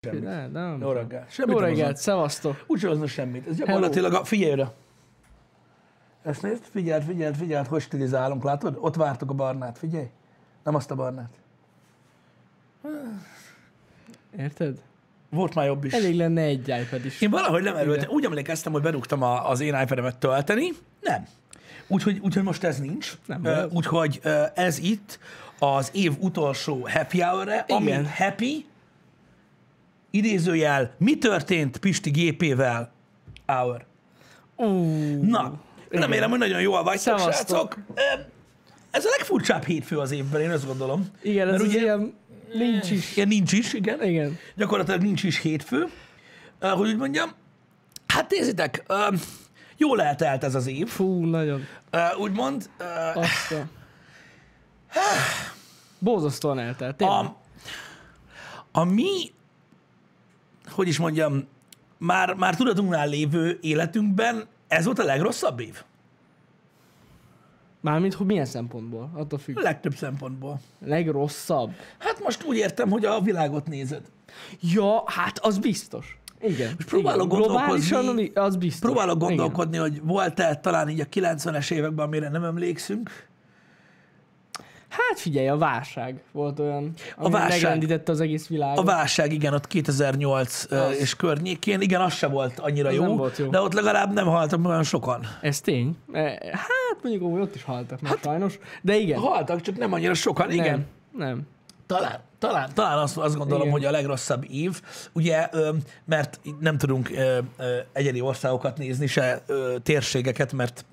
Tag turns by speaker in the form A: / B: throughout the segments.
A: Semmit.
B: Ne, nem.
A: Jó reggelt. Semmit
B: Jó
A: nem hozom.
B: reggelt, szevasztok.
A: Úgy hozna semmit. Ez gyakorlatilag a... Figyelj ide. Ezt nézd, figyeld, figyeld, figyeld, hogy stilizálunk, látod? Ott vártuk a barnát, figyelj. Nem azt a barnát.
B: Érted?
A: Volt már jobb is.
B: Elég lenne egy iPad is.
A: Én valahogy nem erőltem. Úgy emlékeztem, hogy berúgtam a, az én iPad-emet tölteni. Nem. Úgyhogy, úgyhogy most ez nincs.
B: Nem.
A: Ö, Úgyhogy ö, ez itt az év utolsó happy hour ami
B: Igen.
A: happy, idézőjel, mi történt Pisti gépével hour.
B: Ú,
A: Na, remélem, hogy nagyon jól vagytok,
B: Szevasztok.
A: srácok. Ö, Ez a legfurcsább hétfő az évben, én azt gondolom.
B: Igen, ez
A: Mert
B: az
A: ugye-
B: ilyen nincs is.
A: Ilyen nincs is, igen.
B: Igen.
A: Gyakorlatilag nincs is hétfő. Ö, Hogy úgy mondjam, hát nézzétek, ö, jól eltelt ez az év,
B: Fú, nagyon.
A: ö, úgymond. Ö,
B: Azt a... Bózasztóan eltelt. tényleg.
A: A, a mi, hogy is mondjam, már, már tudatunknál lévő életünkben ez volt a legrosszabb év.
B: Mármint, hogy milyen szempontból? Attól függ.
A: A legtöbb szempontból.
B: Legrosszabb.
A: Hát most úgy értem, hogy a világot nézed.
B: Ja, hát az biztos. Igen. Most
A: próbálok
B: igen. Globálisan
A: gondolkozni.
B: ami- az biztos.
A: Próbálok
B: Igen.
A: gondolkodni, hogy volt-e talán így a 90-es években, amire nem emlékszünk.
B: Hát figyelj, a válság volt olyan, ami
A: válság.
B: megrendítette az egész világot.
A: A válság, igen, ott 2008 ö,
B: Az.
A: és környékén, igen, az se volt annyira
B: Az
A: jó,
B: nem volt jó.
A: de ott legalább nem haltak meg olyan sokan.
B: Ez tény. E, Hát mondjuk ó, ott is haltak már hát, sajnos, de igen.
A: Haltak, csak nem annyira sokan,
B: nem,
A: igen.
B: Nem.
A: Talán, talán, talán azt, azt gondolom,
B: Igen.
A: hogy a legrosszabb év, ugye, ö, mert így nem tudunk ö, ö, egyedi országokat nézni, se ö, térségeket, mert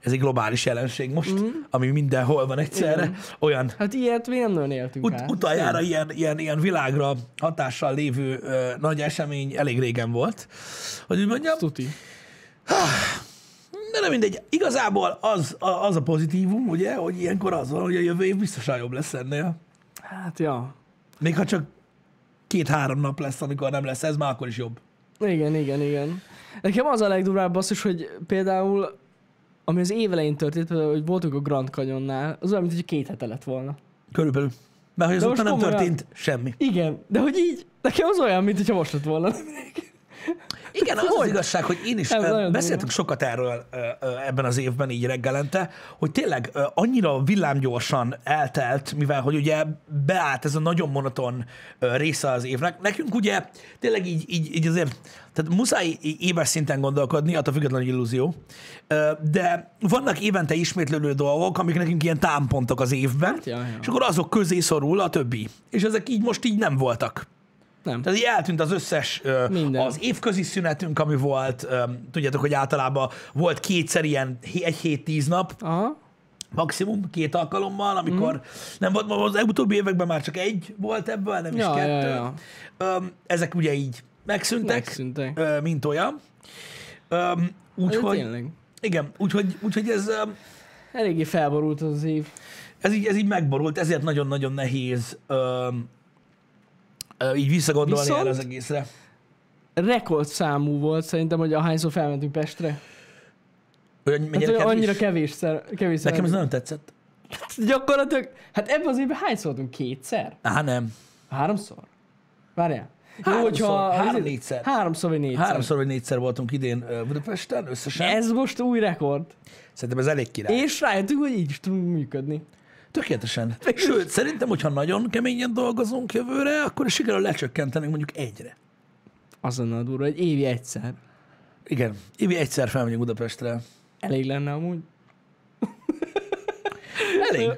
A: ez egy globális jelenség most, mm. ami mindenhol van egyszerre, Igen. olyan
B: Hát ilyet mi nem nagyon éltünk
A: ut-
B: át.
A: utoljára ilyen, ilyen, ilyen világra hatással lévő ö, nagy esemény elég régen volt, hogy úgy mondjam,
B: Tuti.
A: de nem mindegy, igazából az a, az a pozitívum, ugye, hogy ilyenkor az van, hogy a jövő év biztosan jobb lesz ennél.
B: Hát ja.
A: Még ha csak két-három nap lesz, amikor nem lesz ez, már akkor is jobb.
B: Igen, igen, igen. Nekem az a legdurább basszus, hogy például ami az év elején történt, például, hogy voltunk a Grand Canyonnál, az olyan, mint hogy két hete lett volna.
A: Körülbelül. Mert hogy
B: De most
A: azóta nem
B: komolyan.
A: történt semmi.
B: Igen, de hogy így, nekem az olyan, mint hogyha most lett volna.
A: Igen, az az igazság, hogy én is
B: Ez
A: ö,
B: nagyon
A: beszéltünk
B: durva.
A: sokat erről ö, ö, ebben az évben így reggelente, hogy tényleg ö, annyira villámgyorsan eltelt, mivel hogy ugye beállt ez a nagyon monoton ö, része az évnek. Nekünk ugye tényleg így, így, így azért, tehát muszáj í- éves szinten gondolkodni, attól függetlenül hogy illúzió, Ö, de vannak évente ismétlődő dolgok, amik nekünk ilyen támpontok az évben,
B: Hát, ja, ja.
A: és akkor azok közé szorul a többi. És ezek így most így nem voltak.
B: Nem.
A: Tehát így eltűnt az összes, ö,
B: Minden.
A: az évközi szünetünk, ami volt, ö, tudjátok, hogy általában volt kétszer ilyen hé- egy hét tíz nap,
B: Aha.
A: maximum két alkalommal, amikor mm.
B: Mhm.
A: nem volt, az utóbbi években már csak egy volt ebből, nem
B: Ja,
A: is
B: ja,
A: kettő.
B: ja.
A: Ö, ezek ugye így megszűntek,
B: Megszűntek.
A: Ö, mint olyan. Ö,
B: Úgyhogy...
A: úgyhogy,
B: Tényleg.
A: igen, úgyhogy, úgyhogy ez, ö,
B: Eléggé felborult az az év.
A: ez, így, ez így megborult, ezért nagyon-nagyon nehéz ö, ö, így visszagondolni
B: Viszont-
A: erre az egészre.
B: rekordszámú volt szerintem, hogy ahányszor felmentünk Pestre.
A: Hogy
B: Hát
A: mennyire
B: olyan
A: kevés.
B: annyira kevésszer, kevésszer.
A: Nekem ez nagyon tetszett.
B: Gyakorlatilag, hát ebben az évben hányszor voltunk? Kétszer?
A: Á, nem.
B: Háromszor? Várjál.
A: Háromszor, három-négyszer.
B: Háromszor vagy négyszer.
A: Háromszor vagy négyszer voltunk idén ö, Budapesten összesen. Ez...
B: Ez most új rekord.
A: Szerintem ez elég király.
B: És rájöttünk, hogy így is tudunk működni.
A: Tökéletesen. Sőt, szerintem, hogyha nagyon keményen dolgozunk jövőre, akkor sikerül lecsökkentenünk mondjuk egyre.
B: Az lenne a durva, egy évi egyszer.
A: Igen. Évi egyszer felmegyünk Budapestre.
B: Elég lenne amúgy.
A: Elég.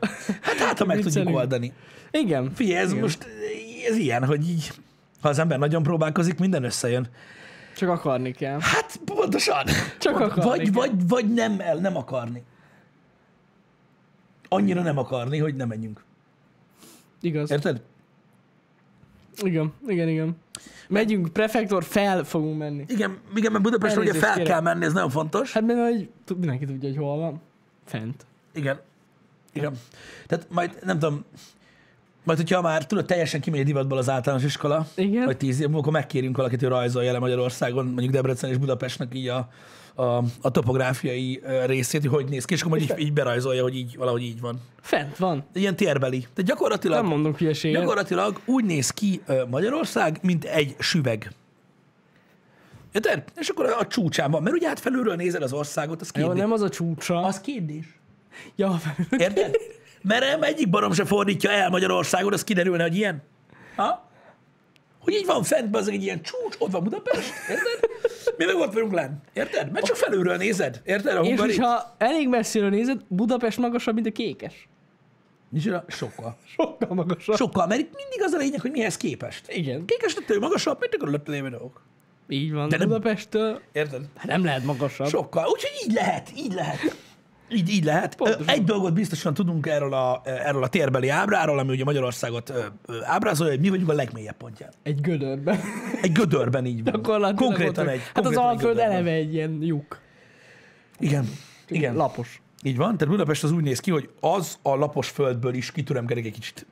A: Hát hát, ha meg tudjuk
B: Viccelünk.
A: oldani.
B: Igen.
A: Figyelj, ez
B: Igen.
A: most, ez ilyen, hogy így, ha az ember nagyon próbálkozik, minden összejön.
B: Csak akarni kell.
A: Hát pontosan.
B: Csak
A: Pont-
B: akarni
A: vagy,
B: kell.
A: vagy, vagy nem, el, nem akarni. Annyira nem akarni, hogy nem menjünk.
B: Igaz.
A: Érted?
B: Igen, igen, igen. Megyünk, prefektor, fel fogunk menni.
A: Igen, igen mert Budapestre ugye
B: Elnézést
A: fel
B: kérek.
A: kell menni, ez nagyon fontos.
B: Hát mert hogy tud- mindenki tudja, hogy hol van. Fent.
A: Igen. Igen. Tehát majd, nem tudom, Majd, hogyha már tudod, teljesen kimegy a divatból az általános iskola,
B: Igen.
A: vagy tíz év múlva, akkor megkérünk valakit, hogy rajzolja le Magyarországon, mondjuk Debrecen és Budapestnek így a, a, a topográfiai ö, részét, hogy hogy néz ki, és akkor majd így, így berajzolja, hogy így, valahogy így van.
B: Fent van.
A: Ilyen térbeli. De
B: Nem
A: gyakorlatilag,
B: mondunk hülyeséget.
A: gyakorlatilag úgy néz ki ö, Magyarország, mint egy süveg. Érted? És akkor a csúcsán van, mert ugye hát felülről nézel az országot, az
B: Jó,
A: kérdés.
B: nem az a csúcsa.
A: Az kérdés.
B: Ja,
A: Érted? Mert nem egyik barom se fordítja el Magyarországon, az kiderülne, hogy ilyen. Ha? Hogy így van fent, az egy ilyen csúcs, ott van Budapest, érted? Mi meg ott vagyunk lenn, érted? Mert csak felülről nézed, érted? A
B: és
A: hungari.
B: hogyha elég messziről nézed, Budapest magasabb, mint a kékes.
A: Nincs olyan- Sokkal.
B: Sokkal magasabb.
A: Sokkal, mert itt mindig az a lényeg, hogy mihez képest.
B: Igen.
A: Kékes ettől magasabb, mint a körülötte lévő dolgok.
B: Így van.
A: De
B: De
A: nem-
B: Budapesttől
A: Érted?
B: hát nem lehet magasabb.
A: Sokkal. Úgyhogy így lehet, így lehet. Így, így lehet.
B: Pontosan.
A: Pontosan. Egy dolgot biztosan tudunk erről a, erről a térbeli ábráról, ami ugye Magyarországot ö, ö, ábrázolja, hogy mi vagyunk a legmélyebb pontján.
B: Egy gödörben.
A: Egy gödörben így van.
B: Gyakorlatilag
A: Konkrétan
B: ott-
A: egy.
B: Hát az
A: konkrétan egy
B: Alföld
A: gödörben.
B: eleve egy ilyen lyuk.
A: Igen. Igen. Lap.
B: Lapos.
A: Így van. Tehát Budapest az úgy néz ki, hogy az a lapos földből is kitüremkedik egy kicsit.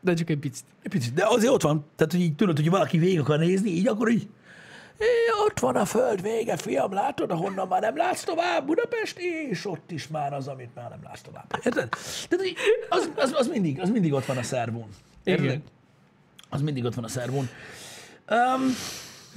B: De csak egy picit.
A: Egy picit. De azért ott van. Tehát, hogy így tudod, hogy valaki végig akar nézni, így akkor így. É, ott van a föld vége, fiam, látod, ahonnan már nem látsz tovább, Budapest, és ott is már az, amit már nem látsz tovább. Érted? Tehát így, az, az, az, mindig, az mindig ott van a szervón. Érted?
B: Igen.
A: Az mindig ott van a szervón. Um,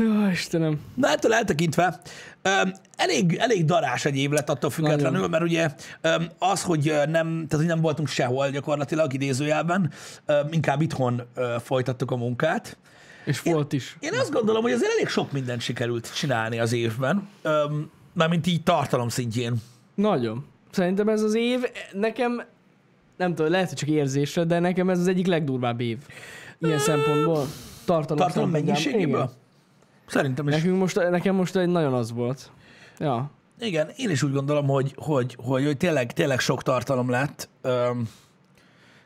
B: Jó, Istenem.
A: Na ettől eltekintve, öm, elég, elég darás egy év lett attól függetlenül,
B: Nagyon.
A: mert ugye öm, az, hogy ö, nem, tehát, hogy nem voltunk sehol gyakorlatilag idézőjelben, öm, inkább itthon ö, folytattuk a munkát.
B: És volt is.
A: Én azt gondolom, hogy azért elég sok mindent sikerült csinálni az évben, öm, mármint így tartalom szintjén.
B: Nagyon. Szerintem ez az év nekem, nem tudom, lehet, hogy csak érzésre, de nekem ez az egyik legdurvább év. Ilyen szempontból. Tartalom,
A: Tartalom
B: szempontjából.
A: mennyiségéből? Szerintem is.
B: Nekünk most, nekem most egy nagyon az volt. Ja.
A: Igen, én is úgy gondolom, hogy, hogy, hogy, hogy tényleg, tényleg sok tartalom lett. Öm,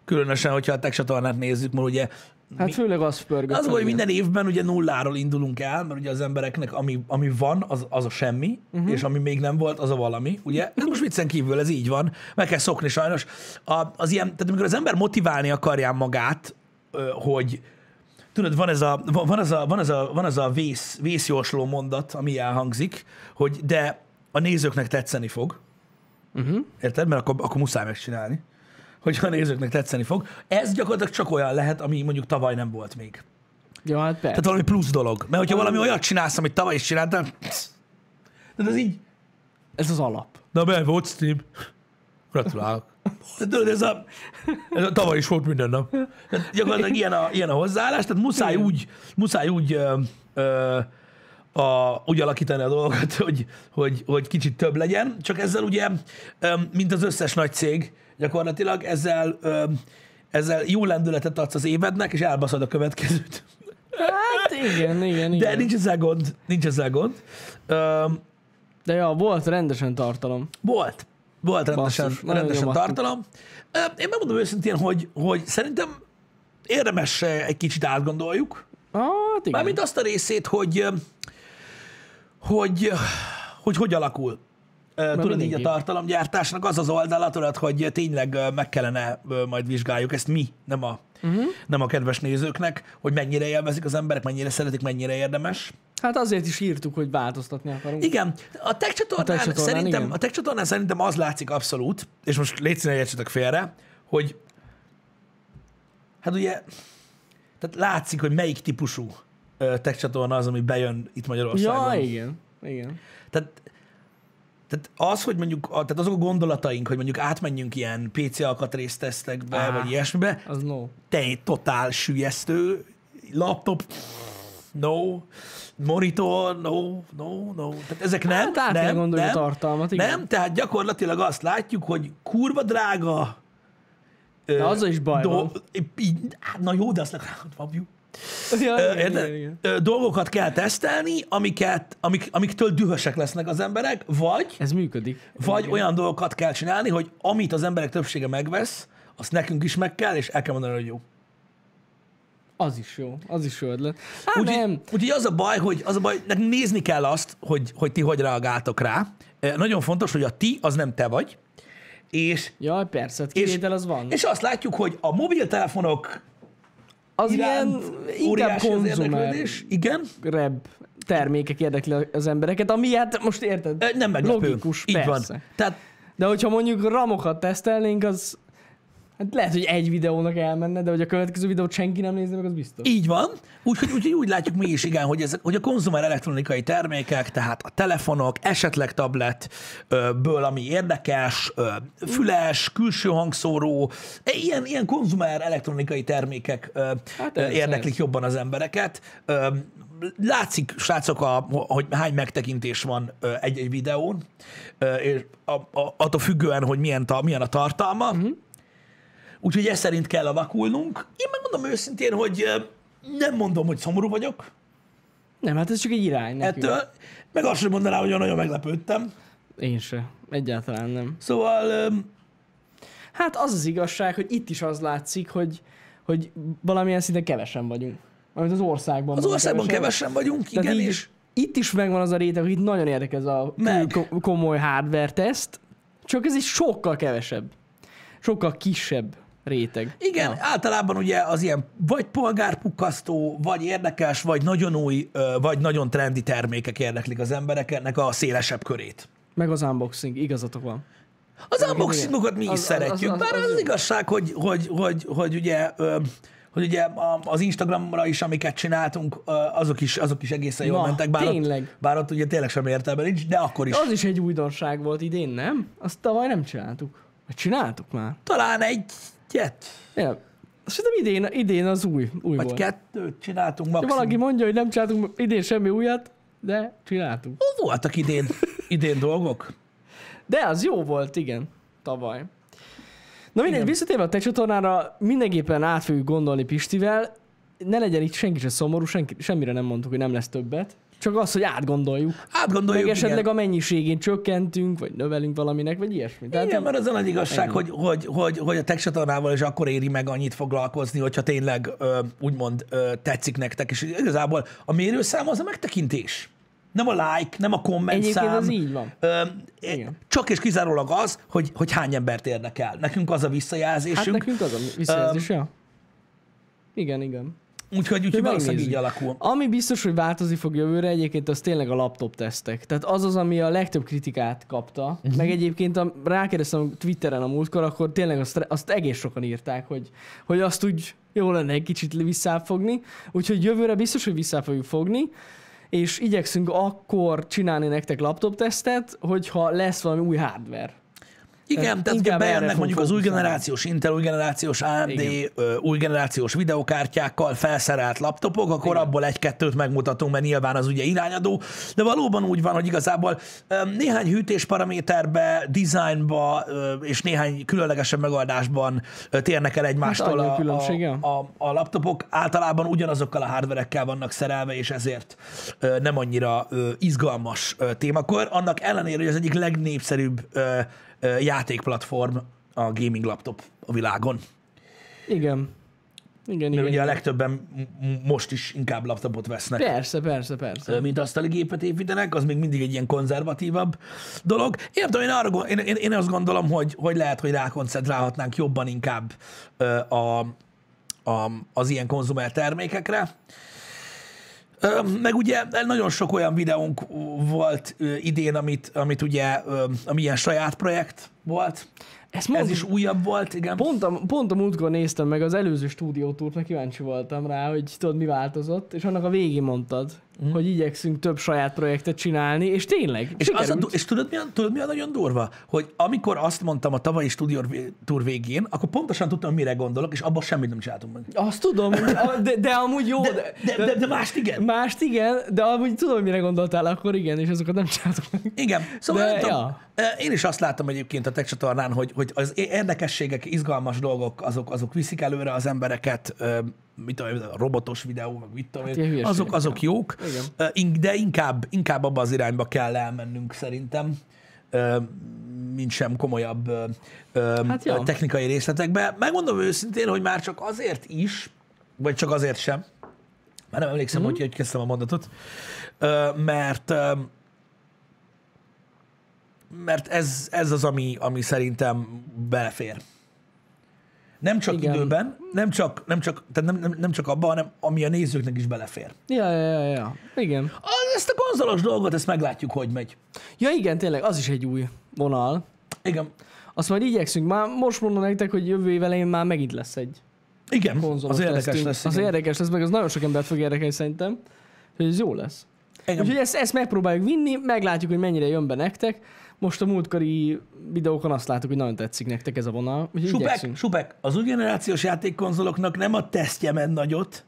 A: különösen, hogyha a tech csatornát nézzük, mert ugye
B: Hát főleg az pörgött.
A: Az, hogy
B: igen.
A: minden évben ugye nulláról indulunk el, mert ugye az embereknek ami, ami van, az, az a semmi, uh-huh. és ami még nem volt, az a valami, ugye? Ez most viccen kívül, ez így van. Meg kell szokni sajnos. A, az ilyen, tehát amikor az ember motiválni akarja magát, ö, hogy tudod, van ez a, van van az a, van az a, van az a vész, vészjósló mondat, ami elhangzik, hogy de a nézőknek tetszeni fog. Uh-huh. Érted? Mert akkor, akkor muszáj megcsinálni hogyha a nézőknek tetszeni fog. Ez gyakorlatilag csak olyan lehet, ami mondjuk tavaly nem volt még.
B: Ja, hát persze.
A: Tehát valami plusz dolog. Mert hogyha valami olyat csinálsz, amit tavaly is csináltál, tehát az így,
B: Ez az alap.
A: na be, volt stream. Gratulálok. Tudod, ez a, ez a tavaly is volt minden nap. Tehát gyakorlatilag ilyen a, ilyen a hozzáállás, tehát muszáj úgy, muszáj úgy ö, ö, a, úgy alakítani a dolgokat, hogy, hogy, hogy kicsit több legyen, csak ezzel ugye, öm, mint az összes nagy cég, gyakorlatilag ezzel, öm, ezzel jó lendületet adsz az évednek, és elbaszod a következőt.
B: Hát igen, igen,
A: De
B: igen. De,
A: nincs ezzel gond, nincs ezzel gond. Öm,
B: de ja, volt rendesen tartalom.
A: volt. Volt rendesen,
B: Basszus, nagyon
A: rendesen
B: nyomattuk.
A: tartalom. Ö, Én megmondom őszintén, hogy, hogy szerintem érdemes eh, egy kicsit átgondoljuk.
B: Hát igen.
A: Mármint azt a részét, hogy ö, hogy ö, hogy, hogy alakul. Ö, Tudod így a
B: mindenképp.
A: tartalomgyártásnak az az oldala, tudod, hogy tényleg ö, meg kellene ö, majd vizsgáljuk ezt mi, nem a,
B: Mhm.
A: uh-huh. nem a kedves nézőknek, hogy mennyire élvezik az emberek, mennyire szeretik, mennyire érdemes.
B: Hát azért is írtuk, hogy változtatni akarunk.
A: Igen, a tech csatornán,
B: A tech csatornán,
A: szerintem,
B: igen.
A: a tech csatornán szerintem az látszik abszolút, és most légy színe, értsetek félre, hogy hát ugye, tehát látszik, hogy melyik típusú ö, tech csatorna az, ami bejön itt
B: Ja,
A: Magyarországon.
B: igen. Igen.
A: Tehát, tehát az, hogy mondjuk, a, tehát azok a gondolataink, hogy mondjuk átmenjünk ilyen PC alkatrész tesztekbe,
B: Á.
A: vagy ilyesmibe,
B: Az no.
A: te totál sülyeztő, laptop, no, monitor, no, no, no. Tehát ezek nem,
B: Hát át kell
A: nem,
B: gondolni a
A: nem,
B: tartalmat, igen.
A: nem, tehát gyakorlatilag azt látjuk, hogy kurva drága.
B: De azzal is baj van.
A: így, hát na jó, de azt legalább van view.
B: Ja,
A: Ö,
B: igen,
A: érted?
B: igen, igen.
A: Ö, Dolgokat kell tesztelni, amiket, amik, amiktől dühösek lesznek az emberek, vagy
B: Ez működik.
A: vagy olyan dolgokat kell csinálni, hogy amit az emberek többsége megvesz, azt nekünk is meg kell, és el kell mondani, hogy jó.
B: Az is jó, az is jó ötlet. Hát
A: Úgyhogy
B: nem.
A: úgyhogy az a baj, hogy az a baj, nekünk nézni E, kell azt, hogy, hogy ti hogy reagáltok rá. Eh, Nagyon fontos, hogy a ti az nem te vagy, és,
B: Jaj, persze, hát kivétel az van.
A: és azt látjuk, hogy a mobiltelefonok
B: Az ilyen
A: iránt
B: inkább
A: óriási az
B: konzumer
A: érdeklődés. Igen.
B: rep termékek érdekli az embereket, ami hát most érted?
A: Ö, E, Nem meglepő.
B: Logikus,
A: Így
B: persze.
A: van. Tehát
B: De hogyha mondjuk ramokat tesztelnénk, az hát lehet, hogy egy videónak elmenne, de hogy a következő videót senki nem nézne meg, az biztos.
A: Így van. Úgyhogy úgy, úgy látjuk mi is, igen, hogy, ez, hogy a konzumer elektronikai termékek, tehát a telefonok, esetleg tablet, ö, ből, ami érdekes, ö, füles, külső hangszóró, ilyen, ilyen konzumer elektronikai termékek ö,
B: Hát
A: ö,
B: ez-
A: érdeklik jobban az embereket. Ö, Látszik, srácok, a, hogy hány megtekintés van ö, egy-egy videón, ö, és a, a, attól függően, hogy milyen, ta, milyen a tartalma.
B: Mhm.
A: Úgyhogy ez szerint kell alakulnunk. Én megmondom őszintén, hogy ö, nem mondom, hogy szomorú vagyok
B: Nem, hát ez csak egy irány nekünk.
A: ettől, meg azt sem mondanám, hogy nagyon meglepődtem.
B: Én se. Egyáltalán nem.
A: Szóval ö,
B: Hát az az igazság, hogy itt is az látszik, hogy, hogy valamilyen szinten kevesen vagyunk. Amit az országban
A: az
B: vagyunk
A: országban kevesen vagyunk, igen,
B: így,
A: és
B: Itt is megvan az a réteg, hogy itt nagyon érdekes ez a
A: Meg.
B: ko- komoly hardware teszt, csak ez is sokkal kevesebb. Sokkal kisebb réteg.
A: igen, általában ugye az ilyen vagy polgárpukkasztó, vagy érdekes, vagy nagyon új, ö, vagy nagyon trendi termékek érdeklik az emberek ennek a szélesebb körét.
B: Meg az unboxing, igazatok van.
A: Az unboxingokat mi is
B: Az-
A: az,
B: az-
A: szeretjük,
B: az-
A: bár
B: az-
A: az, az igazság, hogy, hogy, hogy, hogy ugye ö, hogy ugye a- az Instagramra is, amiket csináltunk, ö, azok is, azok is egészen jól
B: Na,
A: mentek, bár
B: tényleg.
A: ott, bár ott ugye tényleg sem értelme nincs, de akkor is.
B: Az is egy újdonság volt idén, nem? Azt tavaly nem csináltuk. Vagy csináltuk már?
A: Talán egyet,
B: Nem. Szerintem idén, idén az új, új
A: vagy
B: volt.
A: kettőt csináltunk
B: Ha
A: maximum.
B: valaki mondja, hogy nem csináltunk idén semmi újat, de csináltunk.
A: Ó, Voltak idén, idén dolgok.
B: De az jó volt, igen, tavaly. Na mindegy, visszatérve a te csatornára, mindenképpen át fogjuk gondolni Pistivel, ne legyen itt senki se szomorú, senki, semmire nem mondtuk, hogy nem lesz többet. Csak az, hogy átgondoljuk.
A: Átgondoljuk,
B: Meg esetleg
A: Hát igen.
B: a mennyiségén csökkentünk, vagy növelünk valaminek, vagy ilyesmi. Tehát
A: Igen, mert az a nagy igazság, hogy, hogy, hogy, hogy a tech csatornával is akkor éri meg annyit foglalkozni, hogyha tényleg ö, úgymond ö, tetszik nektek, és igazából a mérőszám az a megtekintés. Nem a like, nem a komment
B: Egyébként
A: szám.
B: ez így van.
A: Ö,
B: Igen.
A: csak és kizárólag az, hogy, hogy hány embert érdekel. Nekünk az a
B: hát
A: visszajelzésünk,
B: nekünk az a visszajelzés, ja. Igen, igen.
A: úgyhogy, úgyhogy
B: De
A: valószínűleg így
B: megnézzük.
A: alakul.
B: Ami biztos, hogy változni fog jövőre egyébként, az tényleg a laptop tesztek. Tehát az az, ami a legtöbb kritikát kapta.
A: Mhm.
B: Uh-huh. Meg egyébként a, rákérdeztem Twitteren a múltkor, akkor tényleg azt, azt egész sokan írták, hogy, hogy azt úgy jó lenne egy kicsit visszáfogni. Úgyhogy jövőre biztos, hogy vissza fogjuk fogni és igyekszünk akkor csinálni nektek laptop tesztet, hogyha lesz valami új hardware.
A: Igen, tehát ugye
B: inkább erre
A: bejönnek
B: fog
A: mondjuk az új
B: fókuszálni.
A: generációs Intel, új generációs AMD,
B: Igen.
A: ö, új generációs videokártyákkal felszerelt laptopok, akkor abból egy-kettőt megmutatunk, mert nyilván az ugye irányadó, de valóban úgy van, hogy igazából ö, néhány hűtésparaméterbe, designba ö, és néhány különlegesen megoldásban ö, térnek el egymástól
B: annyi a
A: a,
B: különbség, ja.
A: a, a, a laptopok. Általában ugyanazokkal a hardverekkel vannak szerelve, és ezért ö, nem annyira ö, izgalmas ö, témakör. Annak ellenére, hogy az egyik legnépszerűbb ö, ö, játékplatform a gaming laptop a világon.
B: Igen. Igen, igen.
A: Mert ugye a
B: igen.
A: legtöbben m- m- most is inkább laptopot vesznek.
B: Persze, persze, persze.
A: Ö, mint asztali gépet építenek, az még mindig egy ilyen konzervatívabb dolog. Én nem tudom, én, arra, gond- én, én, én azt gondolom, hogy, hogy lehet, hogy rákoncentrálhatnánk jobban inkább ö, a, a, az ilyen konzumer termékekre. Ö, Meg ugye nagyon sok olyan videónk volt ö, idén, amit, amit ugye, ö, ami ilyen saját projekt volt.
B: Ezt
A: Ez
B: mondtuk
A: is újabb volt, igen.
B: Pont a, pont a múltkor néztem meg az előző stúdiótúrt, mert kíváncsi voltam rá, hogy tudod, mi változott, és annak a végén mondtad, mm. hogy igyekszünk több saját projektet csinálni, és tényleg,
A: Mhm. És, az a,
B: sikerült.
A: du- és tudod, mi a, tudod, mi a nagyon durva? Hogy amikor azt mondtam a tavalyi stúdió túr végén, akkor pontosan tudtam, mire gondolok, és abban semmit nem csináltunk meg.
B: Azt tudom, de, de amúgy jó, de,
A: De, de, de mást igen.
B: mást igen, de amúgy tudom, mire gondoltál akkor, igen, és azokat nem csináltuk meg.
A: Igen. Szóval
B: De,
A: nem tudom,
B: ja.
A: én is azt látom egyébként a tech csatornán, hogy, hogy az érdekességek, izgalmas dolgok, azok, azok viszik előre az embereket, ö, mit tudom, én, a robotos videó, meg mit tudom,
B: Hát ilyen
A: én,
B: hülyeségek,
A: azok, azok jók,
B: Igen.
A: Ö, in- de inkább, inkább abba az irányba kell elmennünk szerintem, ö, mint sem komolyabb ö, ö,
B: Hát jó.
A: technikai részletekbe. Megmondom őszintén, hogy már csak azért is, vagy csak azért sem, már nem
B: Mhm.
A: emlékszem, hogy hogy kezdtem a mondatot, ö, mert ö, mert ez, ez az, ami, ami szerintem belefér. Nem csak
B: Igen.
A: Igen. időben, nem csak, nem, csak, tehát nem, nem, nem csak abban, hanem ami a nézőknek is belefér.
B: Ja, ja, ja, ja. Igen.
A: Az- Ezt a konzolos dolgot, ezt meglátjuk, hogy megy.
B: Ja, igen, tényleg, az is egy új vonal.
A: Igen.
B: Azt majd igyekszünk. Már most mondom nektek, hogy jövő év elején már megint lesz egy
A: Igen,
B: konzolos
A: az érdekes
B: tesztünk.
A: lesz.
B: Az
A: igen.
B: érdekes lesz, meg az nagyon sok embert fog érdekelni szerintem. Hogy ez jó lesz.
A: Igen.
B: Úgyhogy ezt, ezt megpróbáljuk vinni, meglátjuk, hogy mennyire jön be nektek. Most a múltkori videókon azt láttuk, hogy nagyon tetszik nektek ez a vonal. Úgyhogy
A: Supek,
B: igyekszünk.
A: supek, az új generációs játékkonzoloknak nem a tesztje ment nagyot,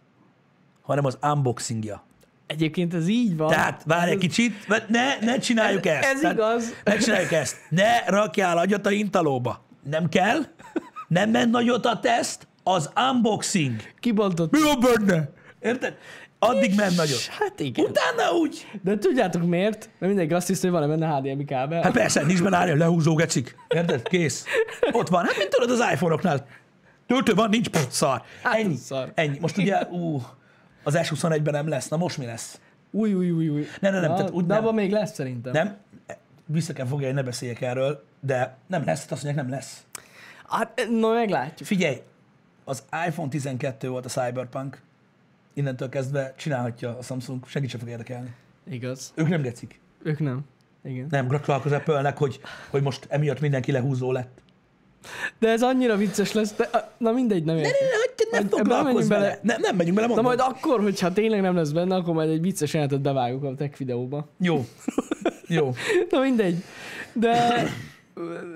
A: hanem az unboxingja.
B: Egyébként ez így van.
A: Tehát várj egy kicsit, mert ne, ne csináljuk
B: Ez-
A: ezt.
B: ez
A: Tehát
B: igaz.
A: Ne csináljuk ezt. Ne rakjál agyat a intalóba. Nem kell. Nem ment nagyot a teszt, az unboxing.
B: Kibontott.
A: Mi van benne? Érted? Addig ment nagyot.
B: Hát igen.
A: Utána úgy.
B: De tudjátok miért? Mert mindenki azt hiszi, hogy van-e benne HDMI kábel.
A: Hát persze, nincs benne árnyal, lehúzó gecik. Érted? Kész. Ott van. Hát mint tudod az iPhone-oknál. Töltő van, nincs, pff, szar.
B: Hát,
A: Ennyi.
B: szar.
A: Ennyi. Most ugye, ú, az S21-ben nem lesz. Na most mi lesz?
B: Új, új, új, új.
A: Ne, ne, nem,
B: Na,
A: tehát úgy
B: de
A: nem.
B: abban még lesz szerintem.
A: Nem? Vissza kell fogja, hogy ne beszéljek erről, de nem lesz, hát azt mondják, nem lesz.
B: Hát, na meglátjuk.
A: Figyelj, az iPhone 12 volt a Cyberpunk, innentől kezdve csinálhatja a Samsung, senki sem fog érdekelni.
B: Igaz.
A: Ők nem gecik.
B: Ők nem. Igen.
A: Nem, gratulálok az Apple-nek, hogy, hogy most emiatt mindenki lehúzó lett.
B: De ez annyira vicces lesz. De, a- na mindegy, nem értem.
A: Ne, hogy te nem
B: Ebbe menjünk
A: foglalkozz
B: bele.
A: bele. Ne, nem megyünk bele,
B: Na
A: mondom.
B: majd akkor, hogyha tényleg nem lesz benne, akkor majd egy vicces jelentet bevágjuk a tech videóba.
A: Jó. Jó.
B: Na mindegy. De...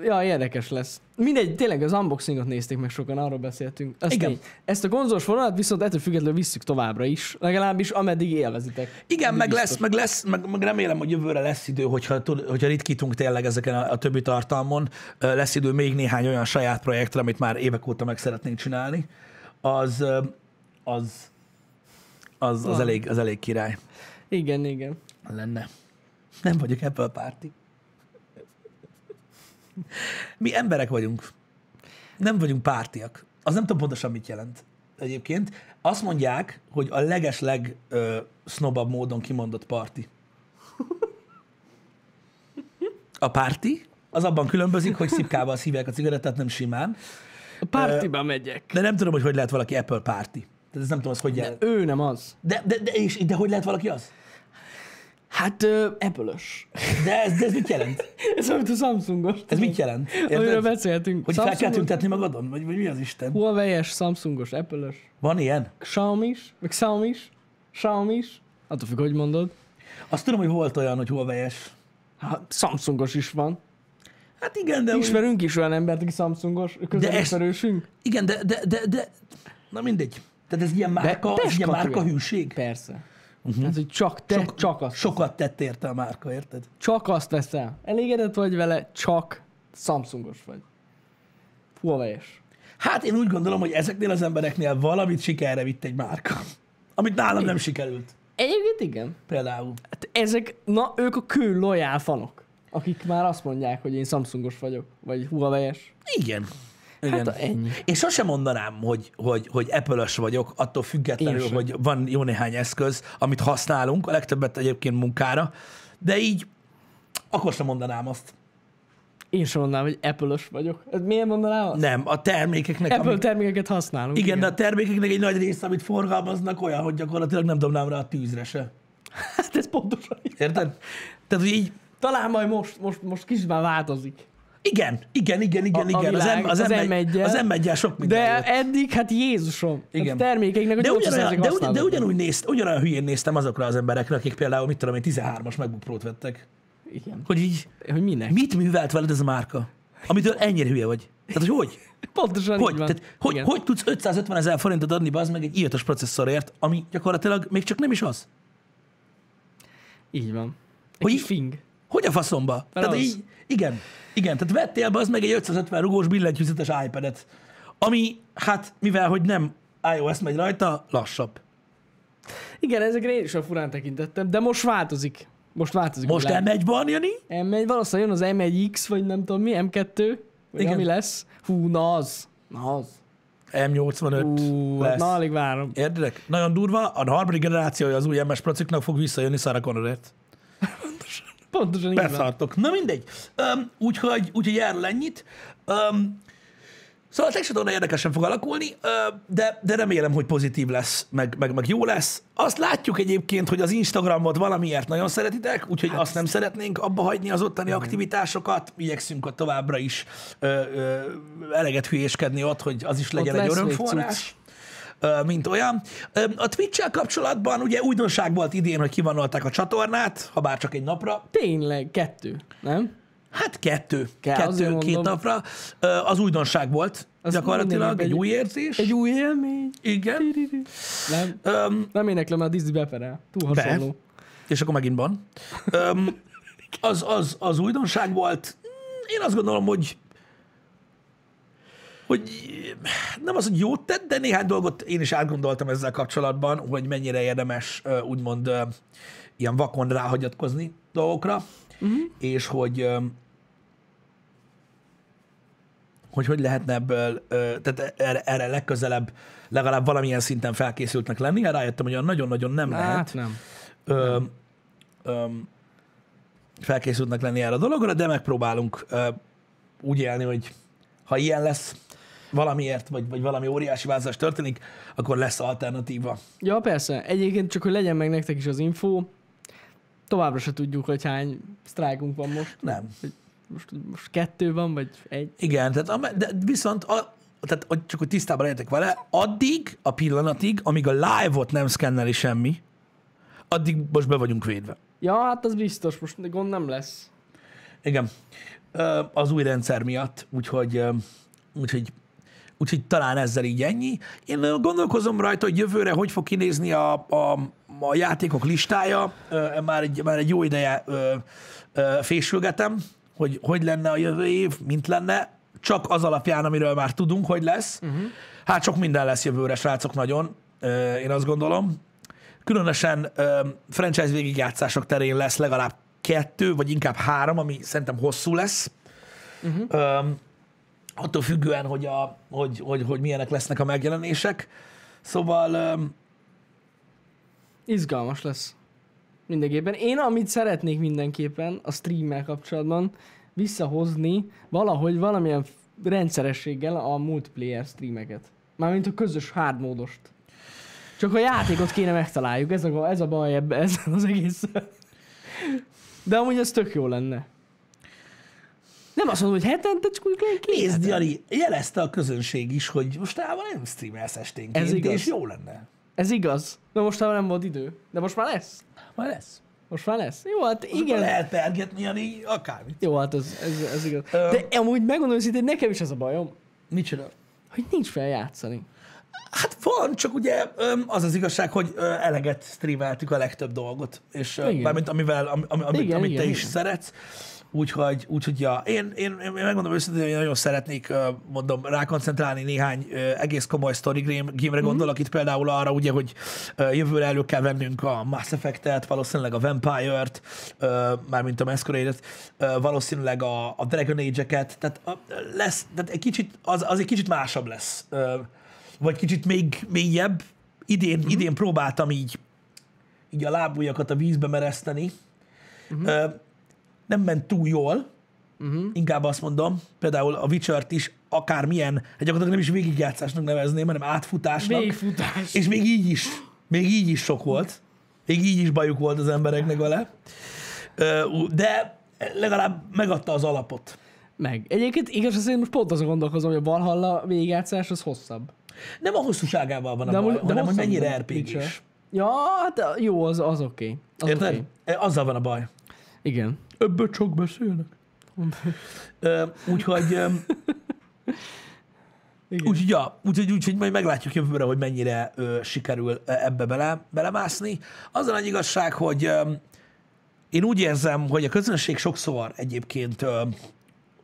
B: Ja, érdekes lesz. Mindegy, tényleg az unboxingot nézték meg sokan, arról beszéltünk. Azt
A: Igen.
B: Így, ezt a konzolos vonalat viszont ettől függetlenül visszük továbbra is, legalábbis ameddig élvezitek.
A: Igen, meg
B: biztos.
A: lesz, meg lesz, meg, meg remélem, hogy jövőre lesz idő, hogyha, tud- hogyha ritkítunk tényleg ezeken a, a többi tartalmon, ö, lesz idő még néhány olyan saját projektre, amit már évek óta meg szeretnénk csinálni, az, ö, az, az, az,
B: Van.
A: elég, az elég király
B: Igen, igen.
A: lenne. Nem vagyok Apple párti. Mi emberek vagyunk. Nem vagyunk pártiak. Az nem tudom pontosan mit jelent egyébként. Azt mondják, hogy a legesleg ö, sznobabb módon kimondott parti. A párti az abban különbözik, hogy szipkával szívják a cigarettát, nem simán.
B: A pártiba megyek.
A: De nem tudom, hogy hogy lehet valaki Apple párti. Tehát ez nem tudom, az hogy jelent.
B: Ő nem az.
A: De, de, de, és, de hogy lehet valaki az?
B: Hát ö, Apple-ös.
A: De ez, de ez mit jelent?
B: Ez amit a Samsungos.
A: Ez mit jelent?
B: Amiről
A: Érted?
B: beszéltünk.
A: Hogy fel kell
B: Samsungos,
A: tüntetni magadon? Vagy, vagy mi az Isten?
B: Huawei-es, Samsungos, Apple-ös,
A: Van ilyen?
B: Xiaomi-s, meg Xiaomi-s, Xiaomi-s. Attól függ, hogy mondod.
A: Azt tudom, hogy volt olyan, hogy Huawei-es.
B: Hát, Samsungos is van.
A: Hát igen, de, hogy,
B: Ismerünk is olyan embert, aki Samsungos,
A: De
B: közben
A: ez-
B: ismerősünk.
A: igen, de, de, de, de, na mindegy. Tehát ez ilyen márka, ez ilyen
B: testkategória.
A: márka hűség.
B: Persze. Uh-huh. Hát, hogy csak te,
A: Sok-
B: csak azt,
A: Sokat tett érte a márka, érted?
B: csak azt veszel. Elégedett vagy vele, csak Samsungos vagy. Huawei-es.
A: Hát én úgy gondolom, hogy ezeknél az embereknél valamit sikerre vitt egy márka. Amit nálam nem sikerült.
B: Egyébként igen.
A: Például.
B: Hát ezek, na ők a kő lojál fanok, akik már azt mondják, hogy én Samsungos vagyok, vagy Huawei-es.
A: Igen. Igen.
B: Hát ennyi.
A: Én sosem mondanám, hogy, hogy, hogy apple vagyok, attól
B: Én
A: függetlenül,
B: sem.
A: hogy van jó néhány eszköz, amit használunk, a legtöbbet egyébként munkára, de így akkor sem mondanám azt.
B: Én sem mondanám, hogy Apple-ös vagyok. Hát miért mondanám azt?
A: Nem, a termékeknek,
B: Apple
A: amit,
B: termékeket használunk.
A: igen, de a termékeknek egy nagy része, amit forgalmaznak, olyan, hogy gyakorlatilag nem dobnám rá a tűzre se.
B: Hát ez pontosan így.
A: Érted? Tehát, hogy így,
B: Talán majd most, most, most kicsit már változik.
A: igen, igen, igen, igen,
B: A- a
A: igen.
B: világ,
A: az,
B: az
A: M, az, M1,
B: M1-jel.
A: az M1-jel sok minden
B: De
A: jött.
B: eddig, hát Jézusom,
A: Igen.
B: a termékeknek a
A: De,
B: 80
A: ugyanolyan, de, ugy, de
B: használnak.
A: ugyanúgy néz, ugyanolyan hülyén néztem azokra az emberekre, akik például, mit tudom én, 13-as MacBook Pro-t vettek.
B: Igen.
A: Hogy így,
B: Hogy minek?
A: mit művelt veled ez a márka? Amitől ennyire hülye vagy. Tehát, hogy hogy?
B: Pontosan
A: Hogy,
B: így van.
A: tehát, hogy,
B: Igen.
A: hogy tudsz 550 ezer forintot adni az meg egy ilyetos processzorért, ami gyakorlatilag még csak nem is az?
B: Így van. Egy
A: Hogy
B: kis
A: így-
B: fing.
A: Hogy a faszomba? Tehát
B: az.
A: így, igen, igen. Tehát vettél az meg egy 550 rugós billentyűzetes iPad-et, ami, hát mivel, hogy nem iOS megy rajta, lassabb.
B: Igen, ezekre én is a furán tekintettem, de most változik. Most változik. a
A: Most
B: világ.
A: elmegy van, Jani?
B: M1, valószínűleg jön az M1X, vagy nem tudom mi, M2, vagy
A: Igen.
B: Igen. ami lesz. Hú, na az. Na az.
A: M85
B: Hú, hát
A: lesz.
B: na alig várom.
A: Érdek? Nagyon durva, a harmadik generációja az új MS prociknak fog visszajönni Sarah Connorért.
B: Pontosan így van.
A: beszartok. Na mindegy. Um, úgyhogy, úgyhogy erről ennyit. Um, szóval a Tech csatorna érdekesen fog alakulni, öm, de, de remélem, hogy pozitív lesz, meg, meg, meg jó lesz. Azt látjuk egyébként, hogy az Instagramot valamiért nagyon szeretitek, úgyhogy hát azt nem szeretnénk abba hagyni az ottani aktivitásokat. Igyekszünk ott továbbra is ö, ö, eleget hülyéskedni ott, hogy az is legyen
B: Ott
A: egy
B: lesz még
A: örömforrás. ö, mint olyan. Ö, A twitch kapcsolatban ugye újdonság volt idén, hogy kivanolták a csatornát, ha bár csak egy napra,
B: Tényleg, kettő, nem?
A: Hát kettő.
B: Kell, azért
A: kettő,
B: mondom.
A: két napra. Ö, Az újdonság volt az
B: Az
A: gyakorlatilag,
B: mindenképpen
A: egy
B: egy-
A: új érzés.
B: Egy új élmény.
A: Igen.
B: Tiriri. Nem,
A: Öm,
B: nem éneklem, mert a Disney beperel. Túl
A: Be.
B: hasonló.
A: és akkor megint van. Öm, az, az, az újdonság volt. Mm, Én azt gondolom, hogy hogy nem az, hogy jót tett, de néhány dolgot én is átgondoltam ezzel kapcsolatban, hogy mennyire érdemes ö, úgymond ö, ilyen vakon ráhagyatkozni dolgokra, uh-huh. és hogy öm, hogy hogy lehetne ebből, ö, tehát erre, erre legközelebb legalább valamilyen szinten felkészültnek lenni. hát Rájöttem, hogy olyan nagyon-nagyon nem lehet
B: Hát nem.
A: ö, ö, felkészültnek lenni erre a dologra, de megpróbálunk ö, úgy élni, hogy ha ilyen lesz valamiért, vagy, vagy valami óriási változás történik, akkor lesz alternatíva.
B: Ja, persze. Egyébként csak, hogy legyen meg nektek is az info, továbbra se tudjuk, hogy hány sztrájkunk van most.
A: Nem.
B: Most, most kettő van, vagy egy.
A: Igen, tehát ame- de viszont a, tehát, hogy csak hogy tisztában legyetek vele, addig a pillanatig, amíg a live-ot nem szkenneli semmi, addig most be vagyunk védve.
B: Ja, hát az biztos, most gond nem lesz.
A: Igen. Ö, Az új rendszer miatt, úgyhogy, ö, úgyhogy, úgyhogy talán ezzel így ennyi. Én ö, gondolkozom rajta, hogy jövőre hogy fog kinézni a, a, a játékok listája. Ö, Már egy, már egy jó ideje ö, ö, fésülgetem, hogy hogy lenne a jövő év, mint lenne. Csak az alapján, amiről már tudunk, hogy lesz. Uh-huh. Hát sok minden lesz jövőre, srácok, nagyon. Ö, Én azt gondolom különösen ö, franchise végigjátszások terén lesz legalább kettő, vagy inkább három, ami szerintem hosszú lesz.
B: Mhm.
A: Uh-huh. Ö, attól függően, hogy, a, hogy, hogy, hogy milyenek lesznek a megjelenések. Szóval ö,
B: Izgalmas lesz. Mindenképpen. Én, amit szeretnék mindenképpen a streammel kapcsolatban visszahozni valahogy valamilyen f- rendszerességgel a multiplayer streameket. Mármint a közös hard módost. Csak a játékot kéne megtaláljuk, ez a, ez a baj ebbe, ez az egész. De amúgy ez tök jó lenne. Nem azt mondom, hogy hetente, csak úgy legyen két
A: nézd,
B: hetente.
A: Jari, hát, jelezte a közönség is, hogy mostában nem streamelsz esténként,
B: Ez igaz.
A: és jó lenne.
B: Ez igaz. Na most már nem volt idő. De most már lesz.
A: Majd lesz.
B: Most már lesz. Jó, hát
A: Igen.
B: igen.
A: Lehet pergetni, Jani, akármit.
B: Jó, hát ez, ez, ez igaz.
A: Ö.
B: De amúgy megmondom őszintén, nekem is az a bajom,
A: Micsoda?
B: hogy nincs fel játszani.
A: Hát van, csak ugye öm, az az igazság, hogy ö, eleget streameltük a legtöbb dolgot, és ö,
B: Igen.
A: mármint amivel, am, am, amit,
B: Igen,
A: amit te
B: igen,
A: is
B: igen.
A: szeretsz. Úgyhogy, úgyhogy ja, én, én, én megmondom őszintén, hogy nagyon szeretnék, ö, mondom, rákoncentrálni néhány ö, egész komoly story game-
B: Mhm.
A: game-re gondolok itt például arra, ugye, hogy ö, jövőre elő kell vennünk a Mass Effect-et, valószínűleg a Vampire-t, ö, mármint a Masquerade-et, ö, valószínűleg a, a Dragon Age-eket, tehát a, lesz, tehát egy kicsit, az, az egy kicsit másabb lesz, ö, vagy kicsit még mélyebb. Idén,
B: Mhm.
A: idén próbáltam így, így a lábujjakat a vízbe mereszteni, Ö, nem ment túl jól,
B: Mhm.
A: uh-huh. inkább azt mondom, például a Witcher-t is akármilyen, hát gyakorlatilag nem is végigjátszásnak nevezném, hanem átfutásnak.
B: Végfutás.
A: És még így is, még így is sok volt. Még így is bajuk volt az embereknek vele. Ö, ú, De legalább megadta az alapot.
B: Meg. Egyébként igaz, az én most pont azon gondolkozom, hogy a Valhalla végigjátszás az hosszabb.
A: Nem a hosszúságával van a
B: amúgy-
A: baj, hanem hogy
B: hosszabb,
A: mennyire er
B: mint
A: RPG-s.
B: Witcher. Ja, hát jó, az, az oké. Okay. Az
A: Érted? E,
B: Okay.
A: Azzal van a baj.
B: Igen.
A: Ebből csak beszélnek. Ö, Úgyhogy, ö,
B: Igen.
A: úgyhogy, ja, úgyhogy, úgyhogy majd meglátjuk jövőre, hogy mennyire ö, sikerül ebbe bele, belemászni. Az a nagy igazság, hogy ö, én úgy érzem, hogy a közönség sokszor egyébként ö,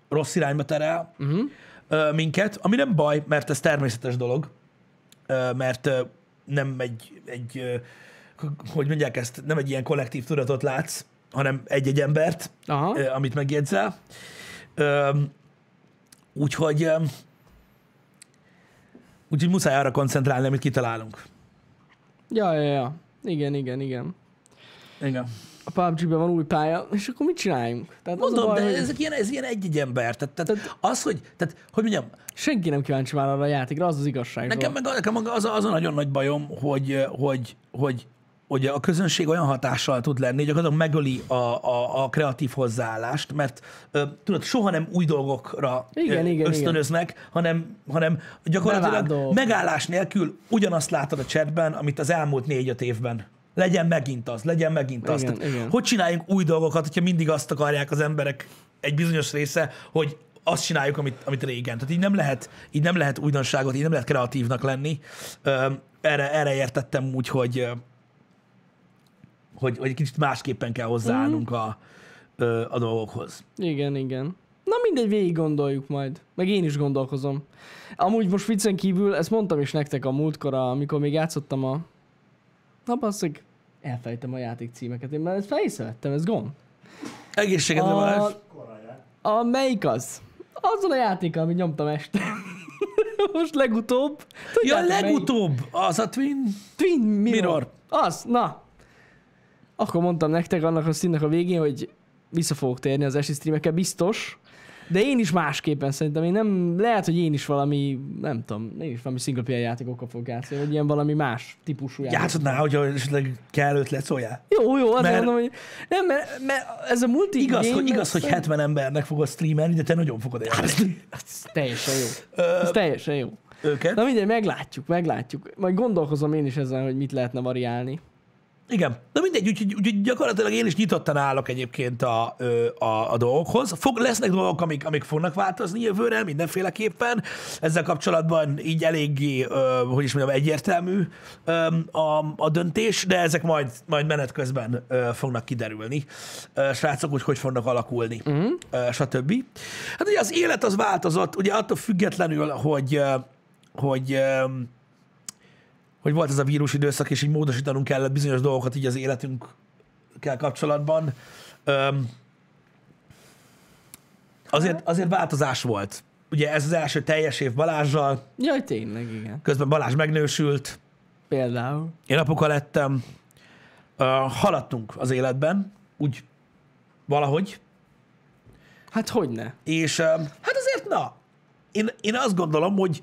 A: rossz irányba terel uh-huh. ö, minket, ami nem baj, mert ez természetes dolog, ö, mert ö, nem egy, egy ö, k- hogy mondják ezt, nem egy ilyen kollektív tudatot látsz, hanem egy-egy embert,
B: Aha.
A: ö, amit megjegyzel. Öm, Úgyhogy, öm, úgyhogy muszáj arra koncentrálni, amit kitalálunk.
B: Ja, ja, ja. Igen, igen, igen.
A: Ö, Igen.
B: a PUBG-ben van új pálya, és akkor mit csináljunk? Tehát az a
A: Mondom,
B: baj,
A: de
B: hogy
A: ezek ilyen, ez ilyen egy-egy ember. Tehát, tehát az, hogy, tehát, hogy mondjam,
B: senki nem kíváncsi már arra a játékra, az az igazság.
A: Nekem meg nekem az, a- az a nagyon nagy bajom, hogy, hogy, hogy, hogy a közönség olyan hatással tud lenni, hogy gyakorlatilag megöli a, a, a kreatív hozzáállást, mert ö, tudod, soha nem új dolgokra ö,
B: Igen, igen,
A: ösztönöznek, Hanem, hanem gyakorlatilag
B: Bevált dolgok.
A: megállás nélkül ugyanazt látod a chatben, amit az elmúlt négy-öt évben. Legyen megint az, legyen megint az.
B: Igen,
A: Tehát,
B: igen.
A: Hogy csináljunk új dolgokat, hogyha mindig azt akarják az emberek egy bizonyos része, hogy azt csináljuk, amit, amit régen. Tehát így nem lehet, így nem lehet újdonságot, így nem lehet kreatívnak lenni. Öm, Erre, erre értettem úgy, hogy, ö, hogy, hogy kicsit másképpen kell hozzáállnunk a, ö, a dolgokhoz.
B: Igen, igen. Na mindegy, végig gondoljuk majd. Meg én is gondolkozom. Amúgy most viccen kívül, ezt mondtam is nektek a múltkor, amikor még játszottam a... Na basszik, elfejtem a játék címeket. Én már ezt fejszelettem, ez gond.
A: Egészségedre
B: A...
A: a...
B: a melyik az? Azzal a játékkal, amit nyomtam este. most legutóbb.
A: Ja,
B: Tudjátok, melyik?
A: legutóbb az a Twin.
B: Twin mirror.
A: Mirror.
B: Az, na. Akkor mondtam nektek annak a színnek a végén, hogy vissza fogok térni az esti streamekkel, biztos. De én is másképpen szerintem, én nem, lehet, hogy én is valami, nem tudom, én is valami single player játékokkal fogok játszani, vagy ilyen valami más típusú játék.
A: Játszhatnál, hogyha esetleg kell ötlet szóljál.
B: Jó, jó, azt
A: Mert-
B: mondom, hogy nem, mert, mert ez a multi
A: Igaz,
B: game,
A: hogy, igaz, hogy hát-
B: ez-
A: 70 embernek fogod streamelni, de te nagyon fogod élvezni
B: ez teljesen jó.
A: Ö,
B: Ez teljesen jó.
A: őket.
B: Na mindegy, meglátjuk, meglátjuk. Majd gondolkozom én is ezen, hogy mit lehetne variálni.
A: Igen. Na mindegy, úgyhogy, úgyhogy gyakorlatilag én is nyitottan állok egyébként a, ö, a, a dolgokhoz. Fog, lesznek dolgok, amik, amik fognak változni jövőre, mindenféleképpen. Ezzel kapcsolatban így eléggé, ö, hogy is mondjam, egyértelmű ö, a, a döntés, de ezek majd, majd menet közben ö, fognak kiderülni. Ö, srácok, hogy hogy fognak alakulni, uh-huh. ö, stb. Hát ugye az élet az változott, ugye attól függetlenül, hogy, ö, hogy ö, hogy volt ez a vírus időszak, és így módosítanunk kellett bizonyos dolgokat így az életünkkel kapcsolatban. Öm, azért, azért változás volt. Ugye ez az első teljes év Balázsjal,
B: Jaj, tényleg, igen.
A: közben Balázs megnősült,
B: Például.
A: én apuka lettem. Ö, haladtunk az életben, úgy valahogy,
B: Hát hogy ne?
A: és öm, hát azért na, én, én azt gondolom, hogy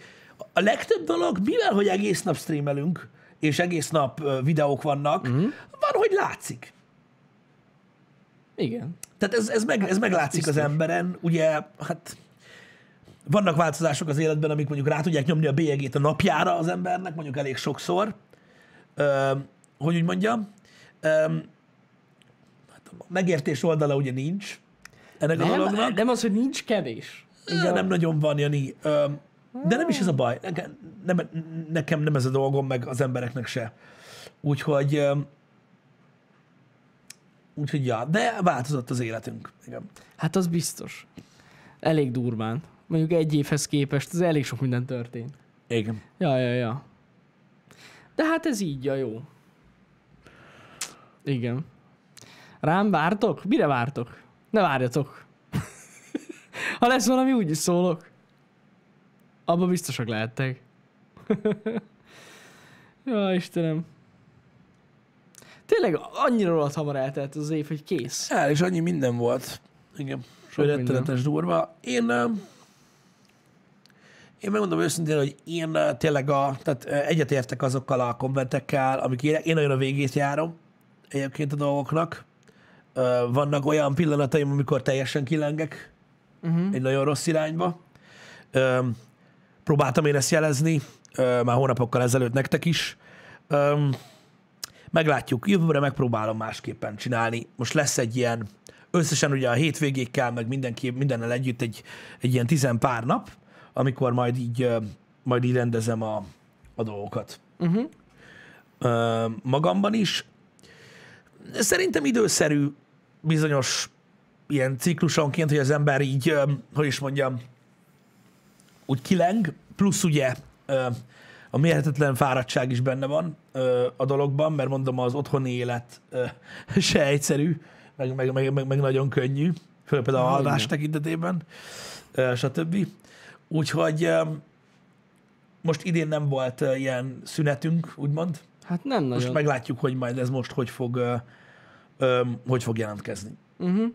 A: a legtöbb dolog, mivel hogy egész nap streamelünk, és egész nap ö, videók vannak, mm-hmm. van, hogy látszik.
B: Igen.
A: Tehát ez, ez, meg, ez meglátszik az
B: biztos.
A: emberen, ugye, hát vannak változások az életben, amik mondjuk rá tudják nyomni a bélyegét a napjára az embernek, mondjuk elég sokszor, Ö, hogy úgy mondjam. Ö, hát a megértés oldala ugye nincs ennek a dolognak.
B: Nem, nem az, hogy nincs kevés.
A: Igen, nem nagyon van, Jani. Öm, De nem is ez a baj. Nekem nem, nekem nem ez a dolgom, meg az embereknek se. Úgyhogy, öm, úgyhogy ja, de változott az életünk. Igen.
B: Hát az biztos. Elég durván. Mondjuk egy évhez képest, ez elég sok minden történt.
A: Igen.
B: Ja, ja, ja. De hát ez így a jó. Igen. Rám vártok? Mire vártok? Ne várjatok. ha lesz valami, úgy is szólok. Abba biztosak lehettek. ja, Istenem. Tényleg annyira rohadt hamar eltelt az év, hogy kész.
A: El, Hát, és annyi minden volt. Igen. Sok rettenetes durva. Én, öm, én megmondom őszintén, hogy én ö, tényleg a, tehát ö, egyetértek azokkal a kommentekkel, amik én, én nagyon a végét járom egyébként a dolgoknak. Ö, Vannak olyan pillanataim, amikor teljesen kilengek
B: Uh-huh.
A: egy nagyon rossz irányba. Öm, Próbáltam én ezt jelezni, ö, már hónapokkal ezelőtt nektek is. Öm, meglátjuk, jövőre megpróbálom másképpen csinálni. Most lesz egy ilyen, összesen ugye a hétvégékkel, meg mindenki, mindennel együtt egy, egy ilyen tizen pár nap, amikor majd így, ö, majd így rendezem a, a dolgokat.
B: Uh-huh.
A: Ö, magamban is. Szerintem időszerű bizonyos ilyen ciklusonként, hogy az ember így, ö, hogy is mondjam, úgy kileng, plusz ugye ö, a mérhetetlen fáradtság is benne van ö, a dologban, mert mondom, az otthoni élet ö, se egyszerű, meg, meg, meg, meg, meg nagyon könnyű, főleg például a
B: Hogyne.
A: alvás tekintetében, ö, stb. Úgyhogy ö, most idén nem volt ö, ilyen szünetünk, úgymond,
B: Hát nem
A: most
B: nagyon.
A: meglátjuk, hogy majd ez most hogy fog ö, öm, hogy fog jelentkezni.
B: Uh-huh.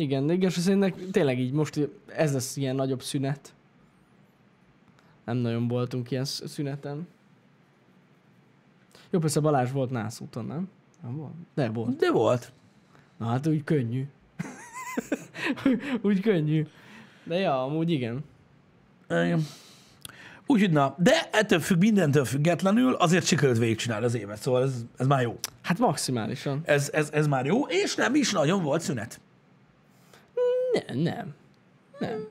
B: Igen, de igaz, szerintem tényleg így most ez lesz ilyen nagyobb szünet. Nem nagyon voltunk ilyen sz- szüneten. Jó, persze Balázs volt Nász úton, nem? Nem volt? De volt.
A: De volt.
B: Na hát úgy könnyű. úgy könnyű. De ja, amúgy igen.
A: Igen. Úgyhogy na, de ettől függ, mindentől függetlenül azért sikerült végigcsinálni az évet, szóval ez, ez már jó.
B: Hát maximálisan.
A: Ez, ez, ez már jó, és nem is nagyon volt szünet.
B: Ne, nem. Nem.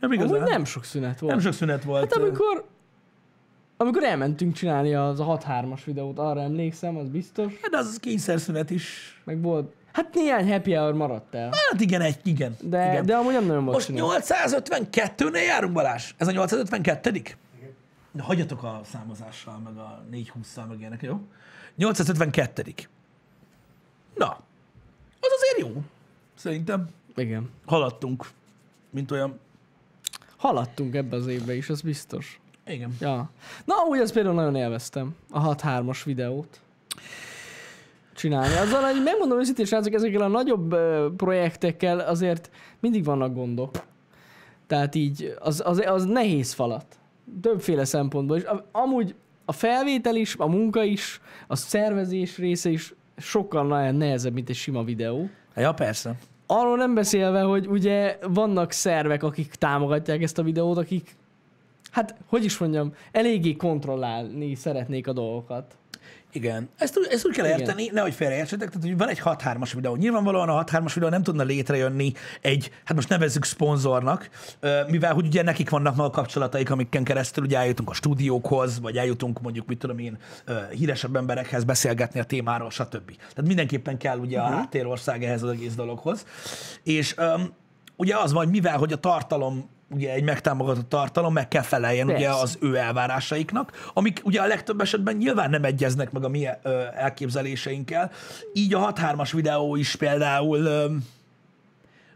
A: Nem igazán.
B: Amúgy nem sok szünet volt.
A: nem sok szünet volt.
B: Hát amikor, amikor elmentünk csinálni az a 6-3-as videót, arra emlékszem, az biztos.
A: De az kényszer szünet is.
B: Meg volt, hát néhány happy hour maradt el.
A: Hát igen, egy, igen.
B: De,
A: igen.
B: de amúgy nem nagyon volt
A: Most
B: szünet.
A: 852-nél járunk, Balázs? Ez a 852 De hagyjatok a számozással, meg a 420-szal, meg ilyenek, jó? 852 Na, az azért jó. Szerintem
B: Igen.
A: haladtunk, mint olyan...
B: Haladtunk ebbe az évbe is, az biztos.
A: Igen.
B: Ja. Na, úgy azt például nagyon élveztem, a 6-3-as videót csinálni. Azzal, hogy megmondom őszintén, srácok, ezekkel a nagyobb ö, projektekkel azért mindig vannak gondok. Tehát így, az, az, az nehéz falat. Többféle szempontból is. A- Amúgy a felvétel is, a munka is, a szervezés része is sokkal nagyon nehezebb, mint egy sima videó.
A: Ja, persze.
B: Arról nem beszélve, hogy ugye vannak szervek, akik támogatják ezt a videót, akik, hát hogy is mondjam, eléggé kontrollálni szeretnék a dolgokat.
A: Igen. Ezt, úgy- ezt úgy kell
B: Igen.
A: érteni, nehogy félreértsetek, tehát hogy van egy 6-3-as videó. Nyilvánvalóan a 6-3-as videó nem tudna létrejönni egy, hát most nevezzük szponzornak, ö, mivel hogy ugye nekik vannak maga kapcsolataik, amikken keresztül ugye eljutunk a stúdiókhoz, vagy eljutunk mondjuk, mit tudom én, ö, híresebb emberekhez beszélgetni a témáról, stb. Tehát mindenképpen kell ugye a háttérország ehhez az egész dologhoz. És öm, ugye az van, hogy mivel hogy a tartalom ugye egy megtámogatott tartalom, meg kell feleljen ugye
B: Persze.
A: az az ő elvárásaiknak, amik ugye a legtöbb esetben nyilván nem egyeznek meg a mi ö, elképzeléseinkkel. Így a 6-3-as videó is például ö,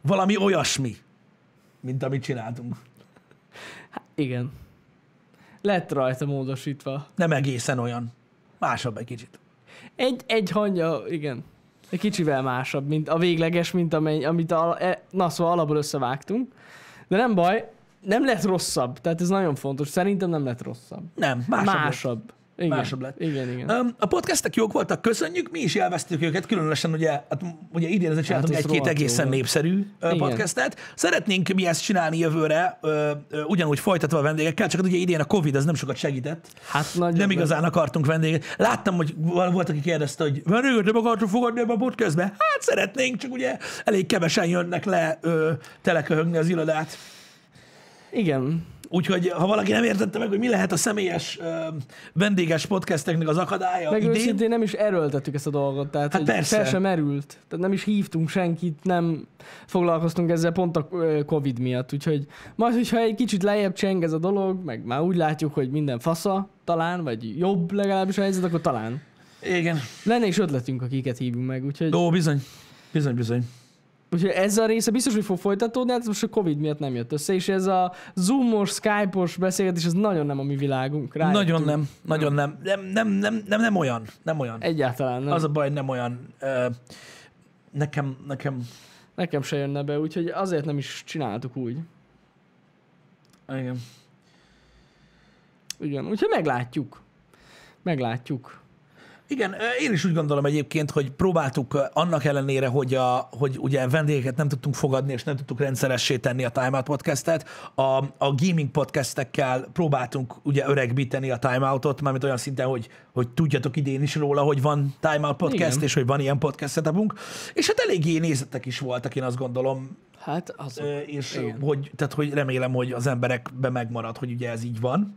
A: valami olyasmi, mint amit csináltunk.
B: Igen. Lett rajta módosítva.
A: Nem egészen olyan. Másabb egy kicsit.
B: Egy, egy hangja, igen. Egy kicsivel másabb, mint a végleges, mint amely, amit a, e, na szóval alapból összevágtunk. De nem baj, nem lett rosszabb. Tehát ez nagyon fontos. Szerintem nem lett rosszabb.
A: Nem, másabb.
B: Másabb.
A: lett.
B: Igen.
A: Másabb lett.
B: Igen, igen.
A: Öm, A podcastek jók voltak, köszönjük, mi is élveztük őket, különösen ugye, hát ugye idén ezért csináltunk
B: ez
A: egy-két
B: rohadt jó
A: egészen
B: volt.
A: népszerű ö,
B: Igen.
A: podcastet. Szeretnénk mi ezt csinálni jövőre, ö, ö, ugyanúgy folytatva a vendégekkel, csak hát ugye idén a Covid az nem sokat segített.
B: Hát nagy
A: Nem igazán akartunk vendéget. Láttam, hogy val- volt, aki kérdezte, hogy vendéget nem akartunk fogadni ebbe a podcastbe. Hát szeretnénk, csak ugye elég kevesen jönnek le ö, teleköhögni az irodát.
B: Igen.
A: Úgyhogy ha valaki nem értette meg, hogy mi lehet a személyes ö, vendéges podcasteknek az akadálya
B: Meg
A: idén,
B: őszintén nem is erőltettük ezt a dolgot, tehát
A: Hát
B: hogy
A: persze.
B: fel sem merült. Tehát nem is hívtunk senkit, nem foglalkoztunk ezzel pont a ö, Covid miatt, úgyhogy majd, hogyha egy kicsit lejjebb cseng ez a dolog, meg már úgy látjuk, hogy minden fasza talán, vagy jobb legalábbis a helyzet, akkor talán.
A: igen.
B: Lenne is ötletünk, akiket hívunk meg, úgyhogy,
A: Ó, bizony. Bizony, bizony.
B: úgyhogy ez a része biztos, hogy fog folytatódni, hát ez most a Covid miatt nem jött össze, és ez a Zoom-os, Skype-os beszélgetés, ez nagyon nem a mi világunk. Rájöttünk.
A: Nagyon nem, nagyon nem. Nem, nem, nem, nem, nem olyan. Nem olyan.
B: Egyáltalán nem.
A: Az a baj, nem olyan. Ö, nekem, nekem,
B: Nekem se jönne be, úgyhogy azért nem is csináltuk úgy.
A: igen.
B: Igen, úgyhogy meglátjuk. Meglátjuk.
A: Igen, ö, én is úgy gondolom egyébként, hogy próbáltuk ö, annak ellenére, hogy, a, hogy ugye vendégeket nem tudtunk fogadni, és nem tudtuk rendszeressé tenni a Time Out podcastet, a, a gaming podcastekkel próbáltunk ugye öregbíteni a Time Out-ot, mármint olyan szinten, hogy, hogy tudjatok idén is róla, hogy van Time Out podcast,
B: Igen.
A: és hogy van ilyen podcast setupunk, és hát eléggé nézettek is voltak, én azt gondolom,
B: Hát az.
A: Ö, és
B: Igen.
A: hogy, tehát, hogy remélem, hogy az emberekben megmarad, hogy ugye ez így van,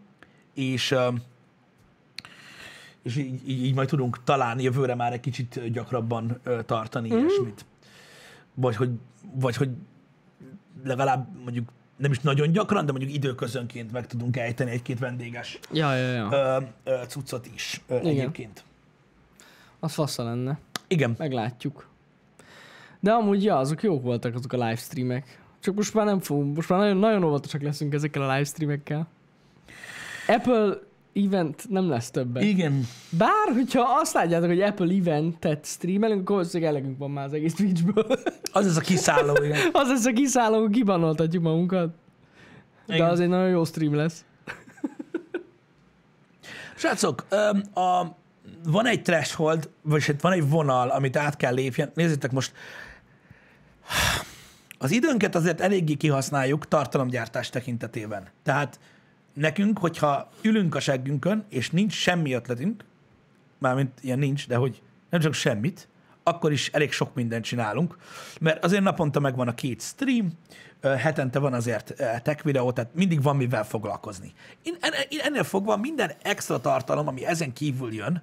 A: és, ö, és így, így, így majd tudunk talán jövőre már egy kicsit gyakrabban ö, tartani
B: Mhm.
A: mm. ilyesmit. Vagy hogy, vagy hogy legalább mondjuk nem is nagyon gyakran, de mondjuk időközönként meg tudunk ejteni egy-két vendéges
B: Ja, ja, ja.
A: ö, ö, cuccot is ö,
B: Igen.
A: egyébként.
B: Az fasza lenne.
A: Igen.
B: Meglátjuk. De amúgy, ja, azok jók voltak azok a livestreamek. Csak most már nem fogunk, most már nagyon, nagyon óvatosak leszünk ezekkel a livestreamekkel. Apple event nem lesz többet.
A: Igen.
B: Bár, hogyha azt látjátok, hogy Apple eventet streamelünk, akkor valószínűleg elegünk van már az egész Twitchből.
A: Az ez a kiszálló, igen.
B: az lesz a kiszálló, hogy kibanoltatjuk magunkat. De
A: Igen.
B: az egy nagyon jó stream lesz.
A: Srácok, öm, a, van egy threshold, vagyis hát van egy vonal, amit át kell lépjen. Nézzétek most, az időnket azért eléggé kihasználjuk tartalomgyártás tekintetében. Tehát nekünk, hogyha ülünk a seggünkön, és nincs semmi ötletünk, mármint ilyen nincs, de hogy nem csak semmit, akkor is elég sok mindent csinálunk, mert azért naponta megvan a két stream, ö, hetente van azért ö, tech videó, tehát mindig van mivel foglalkozni. Én, en- én ennél fogva minden extra tartalom, ami ezen kívül jön,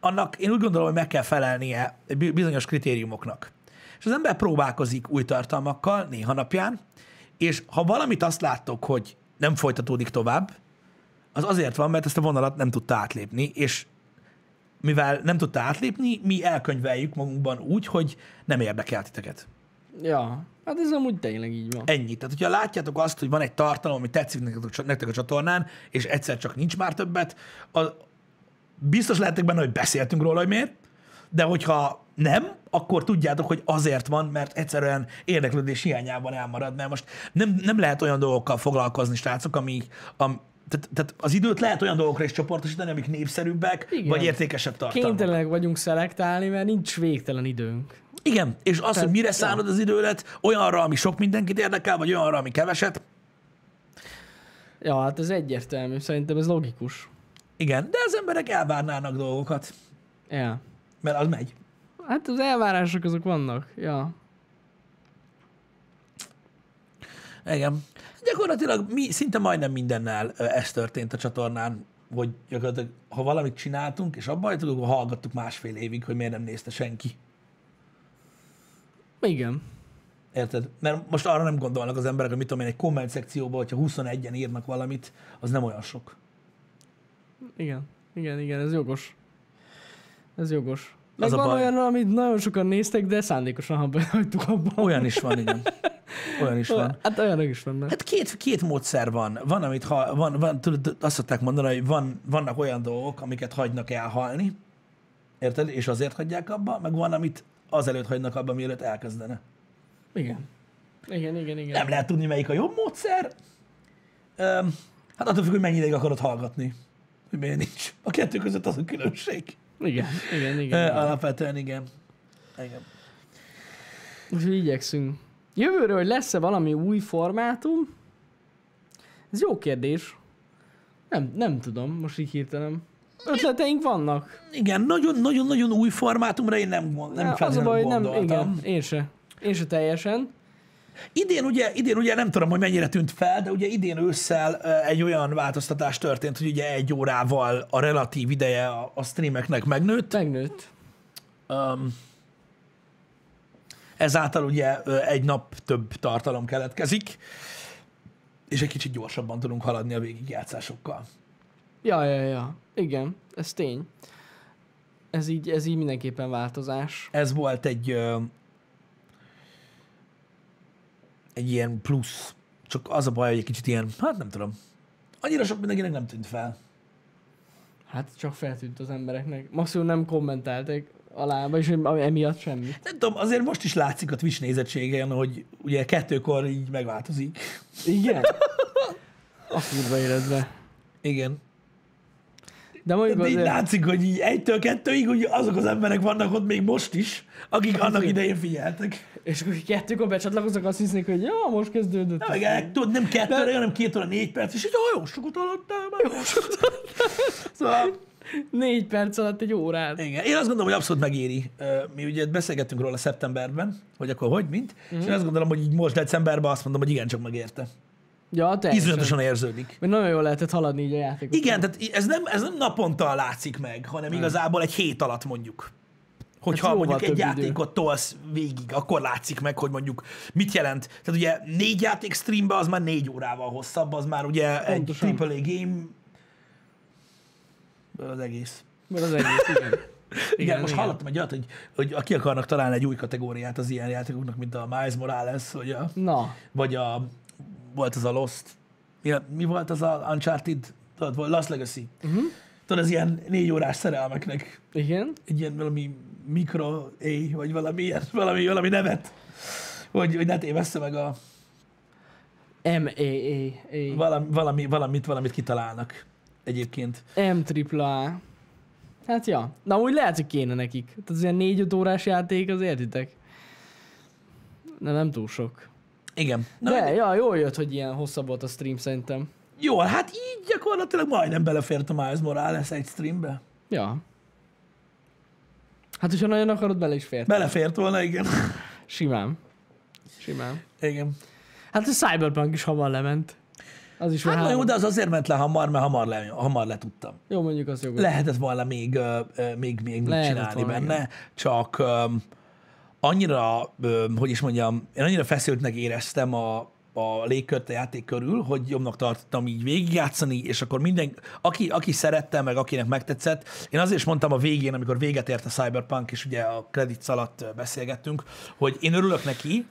A: annak én úgy gondolom, hogy meg kell felelnie bi- bizonyos kritériumoknak. És az ember próbálkozik új tartalmakkal néha napján, és ha valamit azt láttok, hogy nem folytatódik tovább, az azért van, mert ezt a vonalat nem tudta átlépni, és mivel nem tudta átlépni, mi elkönyveljük magunkban úgy, hogy nem érdekel titeket.
B: Ja, hát ez amúgy tényleg így van.
A: Ennyi. Tehát, hogyha látjátok azt, hogy van egy tartalom, ami tetszik nektek- nektek a csatornán, és egyszer csak nincs már többet, az biztos lehetek benne, hogy beszéltünk róla, hogy miért, de hogyha nem, akkor tudjátok, hogy azért van, mert egyszerűen érdeklődés hiányában elmarad, mert most nem, nem lehet olyan dolgokkal foglalkozni, srácok, ami, am, tehát, tehát az időt lehet olyan dolgokra is csoportosítani, amik népszerűbbek,
B: Igen.
A: Igen. vagy értékesebb tartalmak.
B: Kénytelenek vagyunk szelektálni, mert nincs végtelen időnk.
A: Igen, és az, hogy mire szánod az idődet, olyanra, ami sok mindenkit érdekel, vagy olyanra, ami keveset,
B: Ja, hát ez egyértelmű, szerintem ez logikus.
A: igen, de az emberek elvárnának dolgokat,
B: Ja.
A: mert az megy.
B: Hát az elvárások azok vannak, ja.
A: Igen. Gyakorlatilag mi szinte majdnem mindennel ö, ez történt a csatornán, hogy gyakorlatilag, ha valamit csináltunk, és abba hagytuk, akkor hallgattuk másfél évig, hogy miért nem nézte senki.
B: Igen.
A: Érted? Mert most arra nem gondolnak az emberek, hogy mit tudom én, egy komment szekcióban, hogyha 21-en írnak valamit, az nem olyan sok.
B: Igen, igen, igen, ez jogos. Ez jogos. Meg
A: Az a
B: van
A: baj.
B: olyan, amit nagyon sokan néztek, de szándékosan abba hagytuk abba.
A: Olyan is van, igen. Olyan is van.
B: Hát olyanok is vannak.
A: Hát két, két módszer van. Van, amit ha, van, van, tudod, azt szokták mondani, hogy van, vannak olyan dolgok, amiket hagynak elhalni, érted? És azért hagyják abba, meg van, amit azelőtt hagynak abba, mielőtt elkezdene.
B: Igen. Igen, igen, igen.
A: Nem lehet tudni, melyik a jobb módszer. Öm, hát attól függ, hogy mennyi ideig akarod hallgatni. Hogy miért nincs. A kettő között az a különbség.
B: Igen, igen, igen.
A: Ö,
B: igen.
A: Alapvetően igen. igen.
B: Úgyhogy igyekszünk. Jövőre, hogy lesz-e valami új formátum? Ez jó kérdés. Nem, nem tudom, most így hirtelen. Ötleteink vannak.
A: Igen, nagyon-nagyon-nagyon új formátumra én nem, gond- nem
B: az a
A: feltétlenül
B: baj, hogy nem,
A: gondoltam.
B: igen, én se. Én se teljesen.
A: Idén ugye, idén ugye nem tudom, hogy mennyire tűnt fel, de ugye idén ősszel ö, egy olyan változtatás történt, hogy ugye egy órával a relatív ideje a, a streameknek megnőtt.
B: Megnőtt.
A: Um, ezáltal ugye ö, egy nap több tartalom keletkezik, és egy kicsit gyorsabban tudunk haladni a végigjátszásokkal.
B: Ja, ja, ja. Igen, ez tény. Ez így, ez így mindenképpen változás.
A: Ez volt egy ö, egy ilyen plusz. Csak az a baj, hogy egy kicsit ilyen, hát nem tudom. Annyira sok mindenkinek nem tűnt fel.
B: Hát csak feltűnt az embereknek. Maximum nem kommenteltek alá, vagyis hogy emiatt semmi.
A: Nem tudom, azért most is látszik a Twitch nézettségen, hogy ugye kettőkor így megváltozik.
B: Igen? A kurva életbe.
A: Igen.
B: De mondjuk
A: De így
B: azért...
A: látszik, hogy így egytől kettőig ugye azok az emberek vannak ott még most is, akik annak
B: Igen.
A: idején figyeltek.
B: És akkor kettőkor becsatlakozok, azt hisznek, hogy ja, most kezdődött.
A: Nem, meg, tudod, nem kettőre, hanem két óra, négy perc, és így "Ó, jó sokat alattál már. Jó sokat Szóval,
B: Négy perc alatt egy órát.
A: igen. Én azt gondolom, hogy abszolút megéri. Ö, Mi ugye beszélgettünk róla szeptemberben, hogy akkor hogy, mint, mm. és én azt gondolom, hogy így most decemberben azt mondom, hogy igencsak megérte.
B: Ja, teljesen.
A: Iszonyatosan érződik.
B: Mert nagyon jól lehetett haladni így a játékot.
A: Igen, tehát i- ez nem, ez nem naponta látszik meg, hanem igazából egy hét alatt mondjuk. Hogyha
B: Hát jóval
A: hát mondjuk egy
B: több idő.
A: játékot tolsz végig, akkor látszik meg, hogy mondjuk mit jelent. Tehát ugye négy játék streambe az már négy órával hosszabb, az már ugye
B: Pontosan.
A: egy AAA game Ből az egész.
B: Mert az egész, igen.
A: Igen, most hallottam egy olyat, hogy, hogy ki akarnak találni egy új kategóriát az ilyen játékoknak, mint a Miles Morales, vagy a,
B: Na,
A: vagy a volt az a Lost. Mi, a- mi volt az a Uncharted Tudod, volt Last Legacy.
B: Mhm.
A: Uh-huh. Tudod, az ilyen négy órás szerelmeknek
B: Igen.
A: egy ilyen valami mikro éj, vagy valami, ilyen, valami, valami nevet. Hogy, hogy ne tévessze meg a
B: m E a a
A: valami, valami, valamit, valamit kitalálnak egyébként.
B: m A. Hát ja. Na úgy lehet, hogy kéne nekik. Tehát az ilyen 4-5 órás játék, az értitek. Nem, nem túl sok.
A: Igen. Na,
B: De, ja, jól jött, hogy ilyen hosszabb volt a stream szerintem.
A: Jól, hát így gyakorlatilag majdnem belefért a Miles Morales egy streambe.
B: Ja. Hát, hogyha nagyon akarod, bele is fért.
A: Belefért volna, igen.
B: Simán. Simán.
A: igen.
B: Hát a Cyberpunk is hamar lement. Az is
A: Hát
B: már
A: na jó,
B: három.
A: de az azért ment le hamar, mert hamar, le, hamar letudtam.
B: Jó, mondjuk az jogos.
A: Lehetett volna még, ö, ö, még, még mit
B: Lehetett
A: csinálni
B: volna,
A: benne, csak öm, annyira, öm, hogy is mondjam, én annyira feszültnek éreztem a, a légkört a játék körül, hogy jobbnak tartottam így végigjátszani, és akkor minden, aki, aki szerette, meg akinek megtetszett, én azért is mondtam a végén, amikor véget ért a Cyberpunk, és ugye a kredit alatt ö, beszélgettünk, hogy én örülök neki,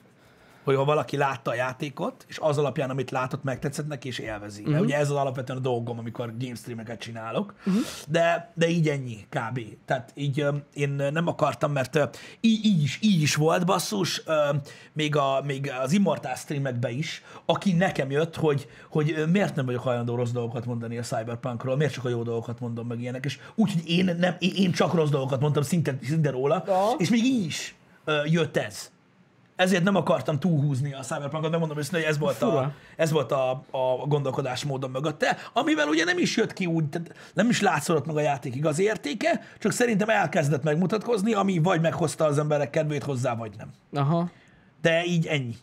A: hogy ha valaki látta a játékot, és az alapján, amit látott, megtetszett neki, és élvezi. Uh-huh. Mert ugye ez az alapvetően a dolgom, amikor game streameket csinálok. Uh-huh. De, de így ennyi kb. Tehát így öm, én nem akartam, mert ö, így, így, is, így is volt basszus, öm, még, a, még az Immortal streamekbe is, aki nekem jött, hogy, hogy ö, miért nem vagyok hajlandó rossz dolgokat mondani a Cyberpunkról, miért csak a jó dolgokat mondom meg ilyenek, és úgyhogy én, nem, én- én csak rossz dolgokat mondtam szinte, szinte róla,
B: Ja.
A: és még így is ö, jött ez ezért nem akartam túlhúzni a Cyberpunkot, nem mondom őszintén, hogy ez volt, a,
B: Fura.
A: ez volt a, a gondolkodásmódom mögötte, amivel ugye nem is jött ki úgy, tehát nem is látszódott meg a játék igaz értéke, csak szerintem elkezdett megmutatkozni, ami vagy meghozta az emberek kedvét hozzá, vagy nem.
B: Aha.
A: De így ennyi.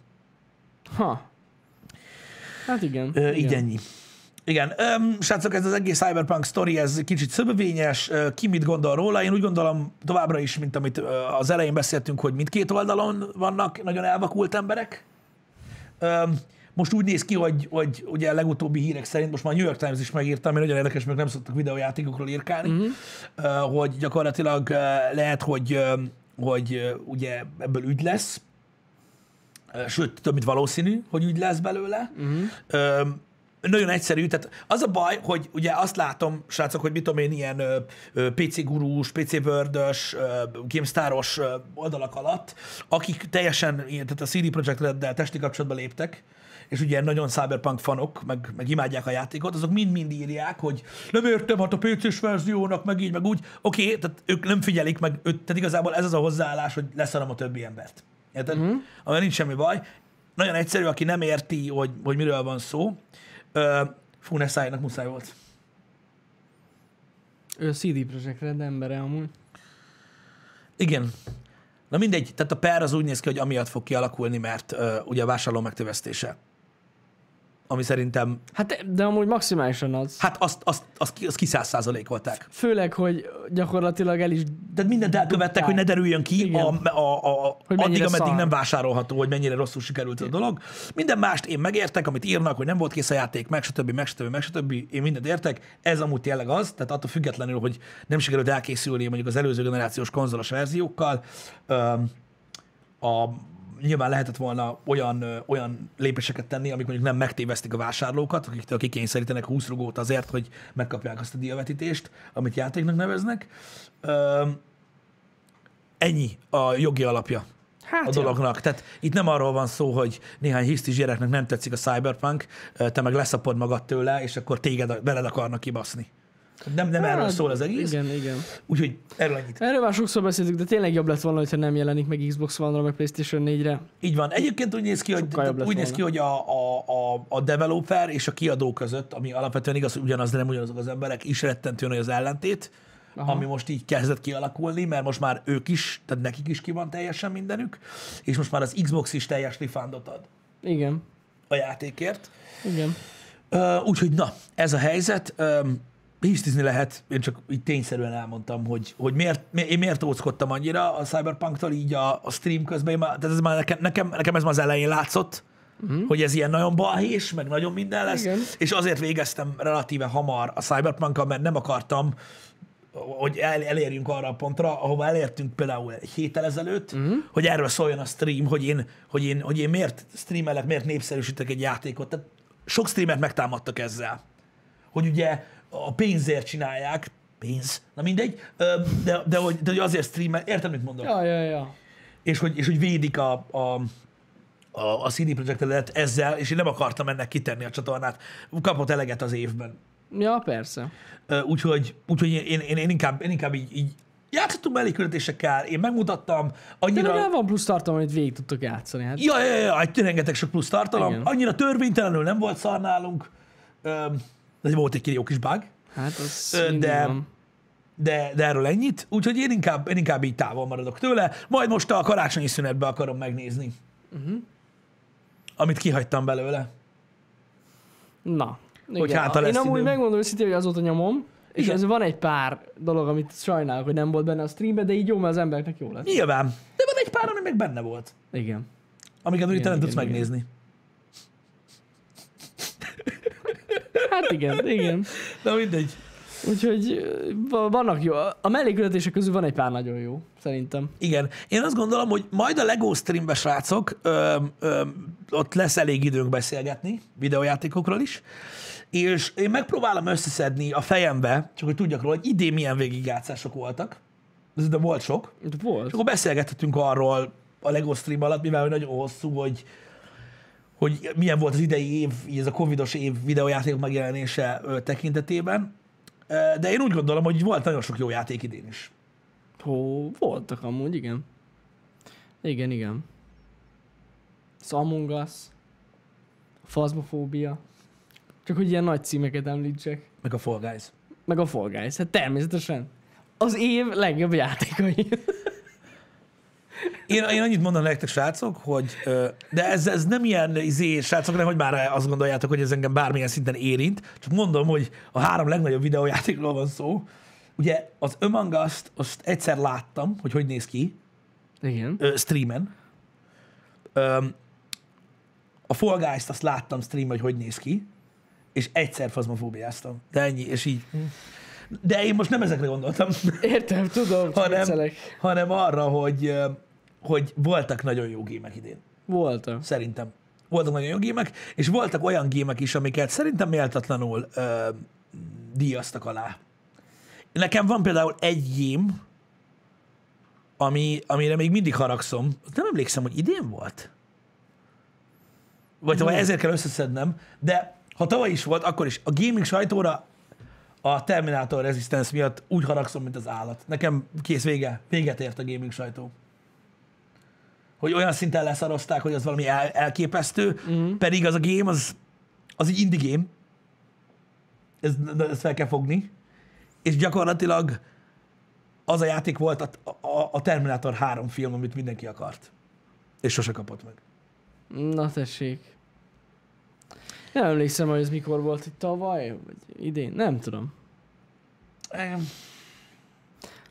B: Ha. Hát igen.
A: Ö, így ennyi. Igen, Öm, srácok, ez az egész Cyberpunk sztori, ez kicsit szöbövényes, Ö, ki mit gondol róla, én úgy gondolom továbbra is, mint amit ö, az elején beszéltünk, hogy mindkét oldalon vannak nagyon elvakult emberek. Öm, Most úgy néz ki, hogy, hogy ugye a legutóbbi hírek szerint, most már a New York Times is megírta, ami nagyon érdekes, mert nem szoktak videójátékokról írkálni, uh-huh. hogy gyakorlatilag ö, lehet, hogy, ö, hogy ö, ugye ebből ügy lesz, sőt, több mint valószínű, hogy úgy lesz belőle. Uh-huh. Nagyon egyszerű, tehát az a baj, hogy ugye azt látom, srácok, hogy mit tudom én, ilyen ö, ö, PC gurús, PC Word-ös, ö, GameStar-os ö, oldalak alatt, akik teljesen, ilyen- tehát a CD Projekt Red-del testi kapcsolatba léptek, és ugye nagyon cyberpunk fanok, meg, meg imádják a játékot, azok mind-mind írják, hogy nem értem, hát a PC-s verziónak, meg így, meg úgy. Oké, okay, tehát ők nem figyelik, meg őt, tehát igazából ez az a hozzáállás, hogy leszarom a többi embert. Érted? Mm-hmm. Amivel nincs semmi baj. Nagyon egyszerű, aki nem érti, hogy, hogy miről van szó. Ö, fú, ne szálljanak, muszáj volt.
B: Ő a CD Projekt Red embere amúgy.
A: Igen. Na mindegy, tehát a per az úgy néz ki, hogy amiatt fog kialakulni, mert ö, ugye a vásárló megtévesztése. Ami szerintem,
B: Hát de- de amúgy maximálisan az.
A: hát azt, azt, azt, ki- azt ki száz százalékolták.
B: Főleg, hogy gyakorlatilag el is...
A: Tehát mindent elkövettek, hogy ne derüljön ki a,
B: Igen.
A: a, a,
B: Hogy
A: addig,
B: mennyire
A: ameddig
B: szar.
A: nem vásárolható, hogy mennyire rosszul sikerült a dolog. Minden mást én megértek, amit írnak, hogy nem volt kész a játék, meg stb., meg stb., meg stb. Én mindent értek. Ez amúgy tényleg az, tehát attól függetlenül, hogy nem sikerült elkészülni mondjuk az előző generációs konzolos verziókkal, öm, a, nyilván lehetett volna olyan, ö, olyan lépéseket tenni, amik mondjuk nem megtévesztik a vásárlókat, akiktől kikényszerítenek 20 rugót azért, hogy megkapják azt a diavetítést, amit játéknak neveznek. Öm, ennyi a jogi alapja
B: Hát
A: a
B: ja.
A: dolognak. Tehát itt nem arról van szó, hogy néhány hisztis gyereknek nem tetszik a cyberpunk, ö, te meg leszapod magad tőle, és akkor téged beled akarnak kibaszni. Nem, nem erről
B: Hát,
A: szól az egész,
B: Igen, igen.
A: úgyhogy erről ennyit.
B: Erről már sokszor beszéltük, de tényleg jobb lett volna, hogyha nem jelenik meg Xbox One-ra, meg PlayStation 4-re.
A: Így van. Egyébként úgy néz ki, hogy,
B: Sokkal jobb lett
A: úgy néz ki, hogy a, a, a, a developer és a kiadó között, ami alapvetően igaz, hogy ugyanaz, de nem ugyanazok az emberek, is rettentő nagy az ellentét, Aha.
B: Aha.
A: ami most így kezdett kialakulni, mert most már ők is, tehát nekik is ki van teljesen mindenük, és most már az Xbox is teljes refundot ad
B: Igen.
A: a játékért.
B: Igen.
A: Ö, Úgyhogy na, ez a helyzet. Öm, Hisztizni lehet, én csak így tényszerűen elmondtam, hogy, hogy miért, mi, én miért óckodtam annyira a Cyberpunktól így a, a stream közben. Én Már, tehát ez már nekem, nekem, nekem ez már az elején látszott, uh-huh. hogy ez ilyen nagyon balhés, meg nagyon minden lesz,
B: Igen.
A: és azért végeztem relatíve hamar a cyberpunk mert nem akartam, hogy el, elérjünk arra a pontra, ahova elértünk például egy héttel ezelőtt, uh-huh. hogy erről szóljon a stream, hogy én, hogy, én, hogy én miért streamelek, miért népszerűsítek egy játékot. Tehát sok streamet megtámadtak ezzel hogy ugye a pénzért csinálják, pénz, na mindegy, ö, de, de, hogy, de hogy azért streamel, érted, mit mondok?
B: Ja, ja, ja.
A: és hogy, és hogy védik a, a, a, a CD Projekt Redet ezzel, és én nem akartam ennek kitenni a csatornát. Kapott eleget az évben.
B: Ja, persze.
A: Ö, Úgyhogy, úgyhogy én, én, én, én, inkább, én inkább így, így játszottunk mellékületésekkel, én megmutattam,
B: De
A: annyira...
B: legalább van plusz tartalom, amit végig tudtok játszani. Hát.
A: Ja, ja, ja, ja, egy rengeteg sok plusz tartalom.
B: Igen.
A: Annyira törvénytelenül nem volt szar nálunk. Öm, de volt egy jó kis bug,
B: Hát az
A: Ö,
B: mindig
A: de-
B: van.
A: de, de erről ennyit. Úgyhogy én inkább, én inkább így távol maradok tőle. Majd most a karácsonyi szünetbe akarom megnézni. Uh-huh.
B: Mhm.
A: Amit kihagytam belőle.
B: Na. Igen.
A: hátra hát, lesz
B: Én amúgy
A: idő.
B: megmondom őszintén, hogy azóta nyomom, és
A: Igen.
B: ez van egy pár dolog, amit sajnálok, hogy nem volt benne a streamben, de így jó, mert az embereknek jó lett.
A: Nyilván. De van egy pár, ami meg benne volt.
B: Igen.
A: Amiket mondjuk te nem
B: Igen,
A: tudsz
B: igen, igen.
A: megnézni.
B: Hát igen, igen.
A: Na mindegy.
B: Úgyhogy ö, va- vannak jó. A mellékületések közül van egy pár nagyon jó, szerintem.
A: Igen. Én azt gondolom, hogy majd a LEGO streambe, srácok, öm, öm, ott lesz elég időnk beszélgetni videójátékokról is, és én megpróbálom összeszedni a fejembe, csak hogy tudjak róla, hogy idén milyen végigjátszások voltak. Ez de volt sok.
B: De Volt.
A: És akkor beszélgetettünk arról a LEGO stream alatt, mivel hogy nagyon hosszú, hogy hogy milyen volt az idei év, így ez a covidos év videójátékok megjelenése ö, tekintetében. Ö, De én úgy gondolom, hogy volt nagyon sok jó játék idén is.
B: Hó, voltak amúgy, igen. Igen, igen. Az Among Us, a fazmofóbia, csak hogy ilyen nagy címeket említsek.
A: Meg a Fall Guys.
B: Meg a Fall Guys, hát természetesen. Az év legjobb játékai.
A: Én, én annyit mondom nektek, srácok, hogy ö, de ez, ez nem ilyen izé, srácok, nem, hogy már azt gondoljátok, hogy ez engem bármilyen szinten érint. Csak mondom, hogy a három legnagyobb videójátékról van szó. Ugye az Among Us-t, azt egyszer láttam, hogy hogy néz ki
B: Igen.
A: ö, streamen. Ö, a Fall Guys-t azt láttam streamen, hogy hogy néz ki, és egyszer fazmofóbiáztam. De ennyi, és így. De én most nem ezekre gondoltam
B: Értem, tudom,
A: Ha
B: csak
A: nem-
B: viccelek.
A: hanem arra, hogy, ö, hogy voltak nagyon jó gémek idén.
B: Voltak.
A: Szerintem. Voltak nagyon jó gémek, és voltak olyan gémek is, amiket szerintem méltatlanul ö, díjaztak alá. Nekem van például egy gém, ami, amire még mindig haragszom. Azt Nem emlékszem, hogy idén volt. Vagy tavaly ezért kell összeszednem, de ha tavaly is volt, akkor is. A gaming sajtóra a Terminator Resistance miatt úgy haragszom, mint az állat. Nekem kész vége. Véget ért a gaming sajtó. Hogy olyan szinten leszarozták, hogy az valami el, elképesztő, mm. pedig az a game, az, az egy indie game. Ez, ezt fel kell fogni. És gyakorlatilag az a játék volt a, a, a Terminator 3 film, amit mindenki akart. És sose kapott meg.
B: Na tessék. Nem emlékszem, hogy ez mikor volt, hogy tavaly, vagy idén, nem tudom.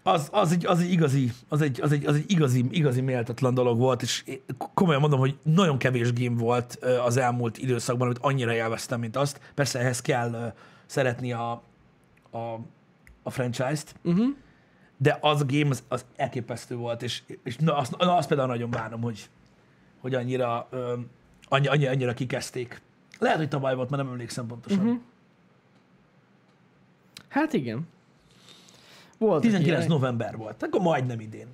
A: Az, az, egy, az egy igazi, az egy, az egy, az egy igazi, igazi méltatlan dolog volt, és én komolyan mondom, hogy nagyon kevés game volt ö, az elmúlt időszakban, amit annyira élveztem, mint azt. Persze ehhez kell ö, szeretni a, a, a franchise-t,
B: Uh-huh.
A: de az a game az, az elképesztő volt, és, és na, azt, na, azt például nagyon bánom, hogy, hogy annyira, ö, annyi, annyi, annyira kikezdték. Lehet, hogy tavaly volt, mert nem emlékszem pontosan. Uh-huh.
B: Hát igen. Voltak
A: 19
B: ilyenek.
A: november volt, akkor majdnem idén.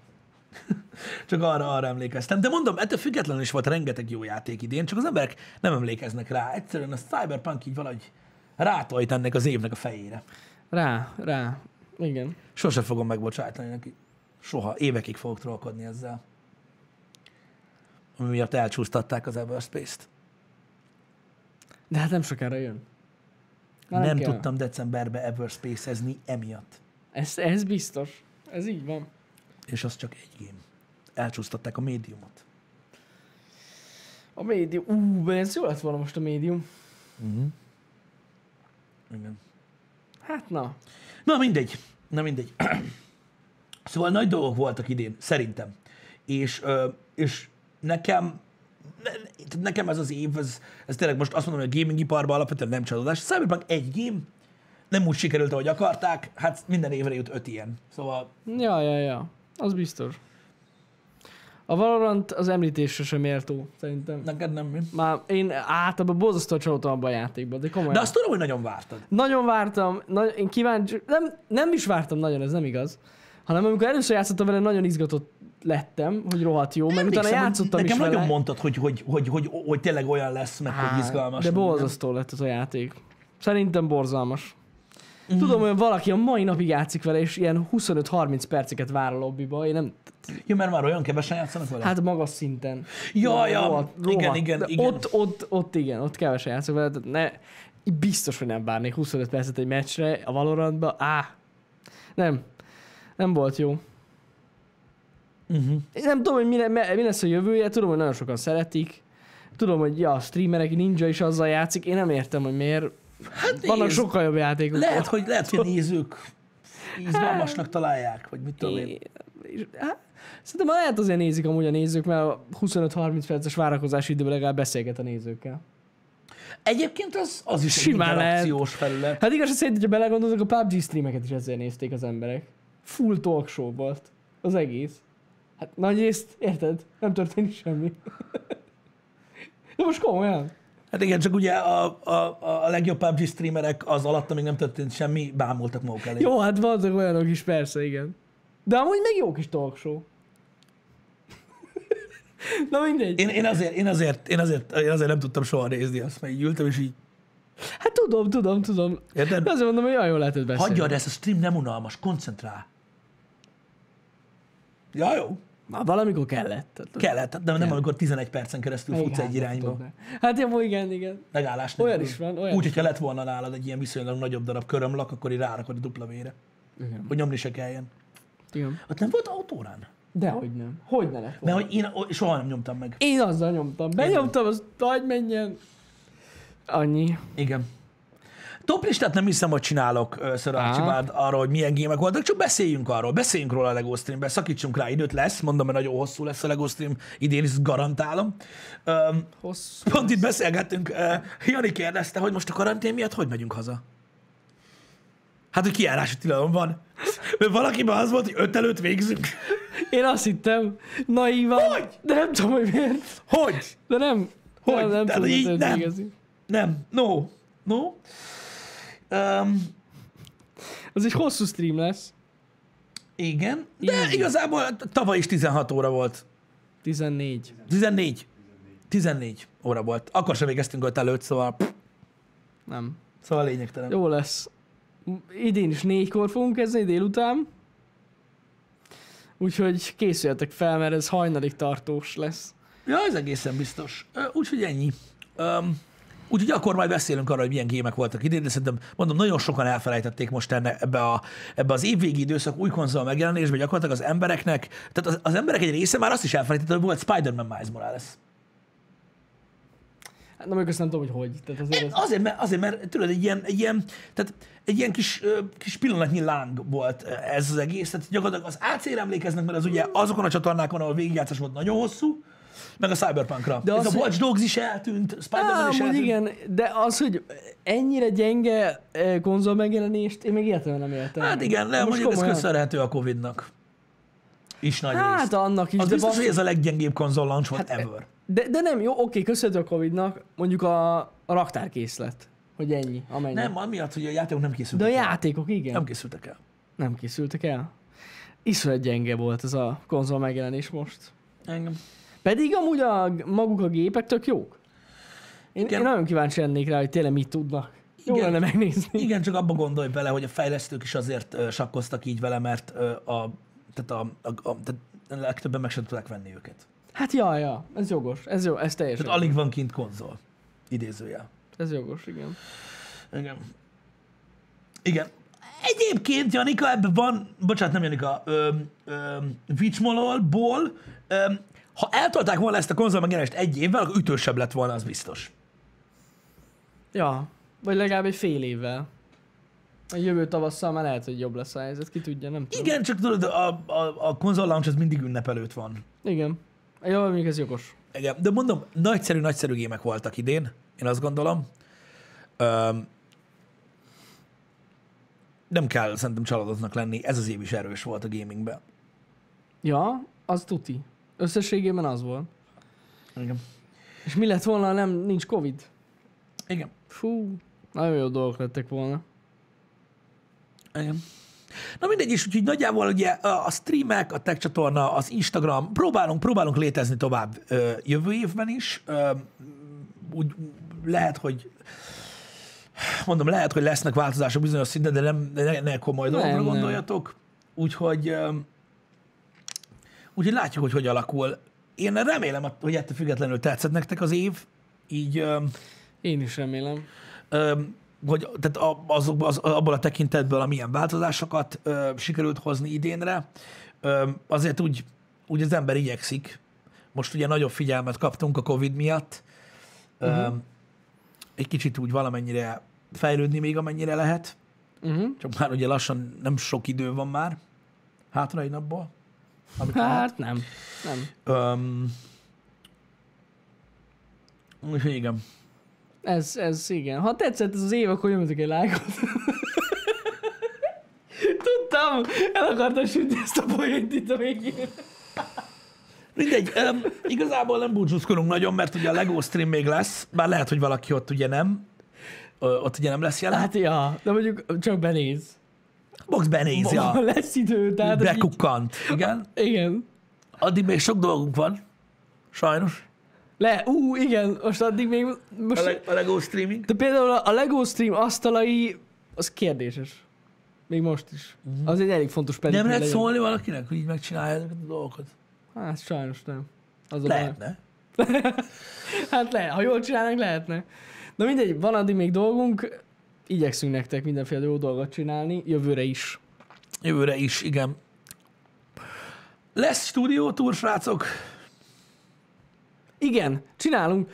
A: csak arra, arra emlékeztem. De mondom, ettől függetlenül is volt rengeteg jó játék idén, csak az emberek nem emlékeznek rá. Egyszerűen a Cyberpunk így valahogy rátojt ennek az évnek a fejére.
B: Rá, rá. Igen.
A: Sose fogom megbocsájtani neki. Soha. Évekig fogok trollkodni ezzel. Ami miatt elcsúsztatták az Everspace-t.
B: De hát nem sokára jön. Már
A: Nem, nem
B: kell.
A: tudtam decemberbe Everspace-ezni emiatt.
B: Ez, ez biztos. Ez így van.
A: És az csak egy game. Elcsúsztatták a médiumot.
B: A médium. Ú, ez jó lett volna most a médium.
A: Igen.
B: Hát na.
A: Na mindegy, na mindegy. Szóval nagy dolgok voltak idén, szerintem. És, ö, és nekem ne- ne- tehát nekem ez az év, ez, ez tényleg most azt mondom, hogy a gamingiparban alapvetően nem csalódás. Cyberpunk egy game, nem úgy sikerült, ahogy akarták, hát minden évre jut öt ilyen. Szóval
B: Ja, ja, ja. Az biztos. A Valorant az említésre sem mértó, szerintem.
A: Neked nem mi.
B: Már én általában borzasztóan csalódtam abban a játékban, de komolyan.
A: De azt tudom, hogy nagyon vártad.
B: Nagyon vártam, nagy, én kíváncsi, nem, nem is vártam nagyon, ez nem igaz, hanem amikor először játszottam vele, nagyon izgatott lettem, hogy rohadt jó, meg utána
A: Emlékszem, hogy
B: játszottam is
A: Nekem
B: vele. Hát,
A: nagyon mondtad, hogy, hogy, hogy, hogy, hogy, hogy tényleg olyan lesz, meg hogy izgalmas.
B: De
A: minden.
B: borzasztó lett ez a játék. Szerintem borzalmas.
A: Mhm.
B: Mm. Tudom, hogy valaki a mai napig játszik vele, és ilyen 25-30 perceket vár a lobbiba, én nem,
A: Jó, mert már olyan kevesen játszanak vele?
B: hát magas szinten.
A: ja,
B: Rohadt-
A: ja,
B: rohadt.
A: igen, igen,
B: De
A: igen.
B: Ott, ott, ott igen, ott kevesen játszik vele, tehát ne, biztos, hogy nem várnék 25 percet egy meccsre a Valorantba, á, nem, nem volt jó.
A: Uh-huh.
B: Én nem tudom, hogy mi, le, me- mi lesz a jövője, tudom, hogy nagyon sokan szeretik, tudom, hogy ja, a streamerek, Ninja is azzal játszik, én nem értem, hogy miért.
A: Hát
B: Vannak
A: nézd,
B: sokkal jobb játékok.
A: Lehet, hogy, lehet, hogy a nézők izgalmasnak találják, vagy mit tudom én.
B: Hát, É- és- hát, Szerintem lehet azért nézik amúgy a nézők, mert a 25-30 perces várakozási időben legalább beszélget a nézőkkel.
A: Egyébként az, az is
B: Simán
A: egy
B: lehet.
A: interakciós felület.
B: Hát igaz, szerint, hogyha belegondolok, a PUBG streameket is ezzel nézték az emberek. Full talk show volt. Az egész. Hát nagyrészt, érted? Nem történik semmi. De most komolyan.
A: Hát igen, csak ugye a, a, a legjobb PUBG streamerek az alatt, amíg nem történt semmi, bámultak maguk elé.
B: Jó, hát vannak olyanok is, persze, igen. De amúgy meg jó kis talk show. Na mindegy.
A: Én, én, azért, én, azért, én, azért, én azért nem tudtam soha nézni azt, mert így ültem, és így,
B: Hát tudom, tudom, tudom.
A: érted?
B: De azért mondom, hogy olyan jól lehetett beszélni.
A: Hagyjad, ezt a stream nem unalmas, koncentrál. Ja, jó.
B: Már valamikor kellett. Tehát
A: Kellett, de nem amikor 11 percen keresztül
B: Melyik
A: futsz egy
B: házat
A: irányba.
B: tudnád? Hát jó, igen, igen.
A: Megállás
B: Olyan
A: nélkül.
B: is van, olyan
A: Úgy,
B: is
A: hogyha lett volna nálad egy ilyen viszonylag nagyobb darab körömlak, akkor így rárakod a dupla vére.
B: Igen.
A: Hogy nyomni se kelljen.
B: igen.
A: Ott nem volt autórán?
B: Dehogy nem. Hogy ne lett volna.
A: Mert hogy én o- soha nem nyomtam meg.
B: Én azzal nyomtam. Benyomtam, az hagyd menjen. Annyi.
A: Igen. Top listát nem hiszem, hogy csinálok, ö, Ször Archibald, arról, hogy milyen gémek voltak, csak beszéljünk arról, beszéljünk róla a LEGO streamben, szakítsunk rá időt, lesz, mondom, mert nagyon hosszú lesz a LEGO stream, idén is garantálom. Öm,
B: Hosszú.
A: pont itt beszélgettünk, ö, Jani kérdezte, hogy most a karantén miatt hogy megyünk haza? Hát, hogy kiárási tilalom van. Mert valakiben az volt, hogy öt előtt végzünk.
B: Én azt hittem, naívan.
A: Hogy?
B: De nem tudom, hogy miért.
A: Hogy?
B: De nem.
A: Hogy?
B: Nem, nem
A: Tehát
B: tudom,
A: így
B: hogy ez
A: nem.
B: igazi.
A: Nem. No. No. Um,
B: Az egy hosszú stream lesz.
A: igen. De igazából tavaly is 16 óra volt.
B: 14.
A: 14. 14 óra volt. Akkor sem végeztünk ott előtt, szóval, pff,
B: Nem.
A: szóval lényegtelen.
B: Jó lesz. Idén is négykor fogunk kezdeni délután. Úgyhogy készüljetek fel, mert ez hajnalig tartós lesz.
A: Ja, ez egészen biztos. Ö, Úgyhogy ennyi. Um, úgyhogy akkor majd beszélünk arra, hogy milyen gémek voltak idén, de szerintem mondom, nagyon sokan elfelejtették most enne, ebbe, a, ebbe az évvégi időszak új konzol megjelenésbe gyakorlatilag az embereknek, tehát az, az emberek egy része már azt is elfelejtette, hogy volt Spider-Man Miles Morales.
B: Hát nem, azt nem tudom, hogy hogy. Tehát azért ez...
A: Azért, mert, azért, mert tudod, egy ilyen, egy ilyen, tehát egy ilyen kis, ö, kis pillanatnyi láng volt ö, ez az egész. Tehát gyakorlatilag az AC-re emlékeznek, mert az ugye azokon a csatornákon, ahol végigjátszás volt nagyon hosszú, meg a Cyberpunkra. De
B: De az,
A: Ez a
B: hogy-
A: Watch Dogs is eltűnt, Spider-Man
B: Á,
A: is
B: amúgy
A: eltűnt.
B: igen, de az, hogy ennyire gyenge eh, konzol megjelenést, én még életemben nem értem.
A: Hát igen, de
B: Most
A: mondjuk ez
B: komolyan.
A: köszönhető a Covid-nak. Is nagy
B: Hát
A: részt.
B: annak is,
A: Az
B: de,
A: biztos,
B: basszus-
A: hogy ez a leggyengébb konzol launch volt
B: Hát,
A: ever.
B: de, de, nem, jó, oké, köszönhető a Covid-nak, mondjuk a, a raktárkészlet, hogy ennyi, amennyi.
A: Nem, amiatt, hogy a játékok nem
B: de
A: készültek
B: a
A: el.
B: játékok, igen,
A: Nem
B: nem,
A: készültek el.
B: nem készültek el. Iszonyat gyenge volt ez a konzol megjelenés most.
A: Engem.
B: Pedig amúgy a, maguk a gépek tök jók. Én,
A: Igen.
B: én nagyon kíváncsi lennék rá, hogy tényleg mit tudnak. Jó
A: Igen.
B: lenne megnézni.
A: Igen, csak abba gondolj bele, hogy a fejlesztők is azért ö, sakkoztak így vele, mert ö, a, tehát a, a, a, tehát a legtöbben meg sem tudták venni őket.
B: Hát ja, ja, ez jogos, ez jó, ez teljesen.
A: Tehát alig van kint konzol. Idézőjel.
B: Ez jogos, igen.
A: Igen. Igen. Egyébként, Janika, ebben van, bocsánat, nem Janika, öm, öm, Vicsmololból, öm, ha eltolták volna ezt a konzol megjelenést egy évvel, akkor ütősebb lett volna, az biztos.
B: Ja, vagy legalább egy fél évvel. A jövő tavasszal már lehet, hogy jobb lesz a helyzet, ki tudja, nem tudom.
A: Igen, csak tudod, a, a, a konzol launch az mindig ünnep előtt van.
B: Igen. Jó, mondjuk ez jogos.
A: Igen, de mondom, nagyszerű-nagyszerű gémek voltak idén, én azt gondolom. Öm, nem kell szerintem csalódottnak lenni, ez az év is erős volt a gamingben.
B: Ja, az tuti. Összességében az volt.
A: Igen.
B: És mi lett volna, ha nem nincs Covid?
A: Igen.
B: Fú, nagyon jó dolgok lettek volna.
A: Igen. Na mindegy is, úgyhogy nagyjából ugye a streamek, a tech csatorna, az Instagram, próbálunk, próbálunk létezni tovább ö, jövő évben is. Ö, úgy lehet, hogy mondom, lehet, hogy lesznek változások bizonyos szinten, de nem, ne, ne komoly
B: Nem,
A: dolgokra
B: nem.
A: gondoljatok. Úgyhogy, ö, úgyhogy látjuk, hogy hogy alakul. Én remélem, hogy ettől függetlenül tetszett nektek az év, így ö,
B: Én is remélem.
A: Öm, hogy tehát a- azok, az, abból a tekintetből, amilyen változásokat ö, sikerült hozni idénre, ö, azért úgy, úgy az ember igyekszik. Most ugye nagyobb figyelmet kaptunk a Covid miatt. Ö, Egy kicsit úgy valamennyire fejlődni még, amennyire lehet.
B: Uh-huh.
A: Csak már ugye lassan nem sok idő van már hátra egy napból. Amit hát.
B: Hát nem. Nem.
A: Öm, úgyhogy igen.
B: Ez, ez igen. Ha tetszett ez az év, akkor nyomjatok egy lájkot. Tudtam, el akartam sütni ezt a poént itt a végén.
A: Mindegy, um, igazából nem búcsúzkodunk nagyon, mert ugye a LEGO stream még lesz, bár lehet, hogy valaki ott ugye nem, Ö, ott ugye nem lesz jelen.
B: Hát ja, de mondjuk csak benéz.
A: Box
B: Ha
A: benézja,
B: Lesz idő, tehát hogy hát, így,
A: bekukkant. Igen,
B: igen.
A: addig még sok dolgunk van, sajnos.
B: Le, ú, igen, most addig még,
A: A,
B: most,
A: Le- a LEGO streaming.
B: de például a Lego stream asztalai, az kérdéses. Még most is. Az egy elég fontos pedig.
A: Mhm. Nem lehet szólni valakinek, hogy így megcsinálja ezeket a dolgokat?
B: Hát sajnos nem. Az a baj.
A: Lehetne.
B: Hát le, ha jól csinálnak, lehetne. Na mindegy, van addig még dolgunk, igyekszünk nektek mindenféle jó dolgot csinálni, jövőre is.
A: Jövőre is, igen. Lesz stúdiótúr, srácok?
B: Igen, csinálunk.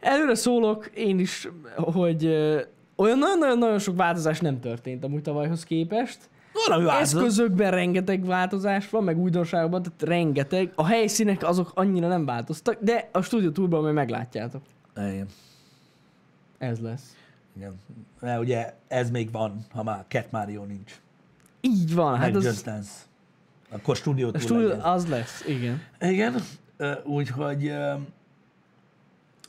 B: Előre szólok én is, hogy ö, olyan nagyon-nagyon-nagyon sok változás nem történt amúgy tavalyhoz képest.
A: Valami változott.
B: Eszközökben rengeteg változás van, meg újdonságokban, tehát rengeteg. A helyszínek azok annyira nem változtak, de a Studio Tourban majd meglátjátok.
A: Igen.
B: Ez lesz.
A: Igen. Mert ugye ez még van, ha már Cat Mario nincs.
B: Így van,
A: Hát
B: hát
A: meg az...
B: az,
A: Just Dance. Akkor stúdió
B: a
A: túl
B: Studio,
A: legyen.
B: az lesz, igen.
A: Igen, ö, úgyhogy... ö,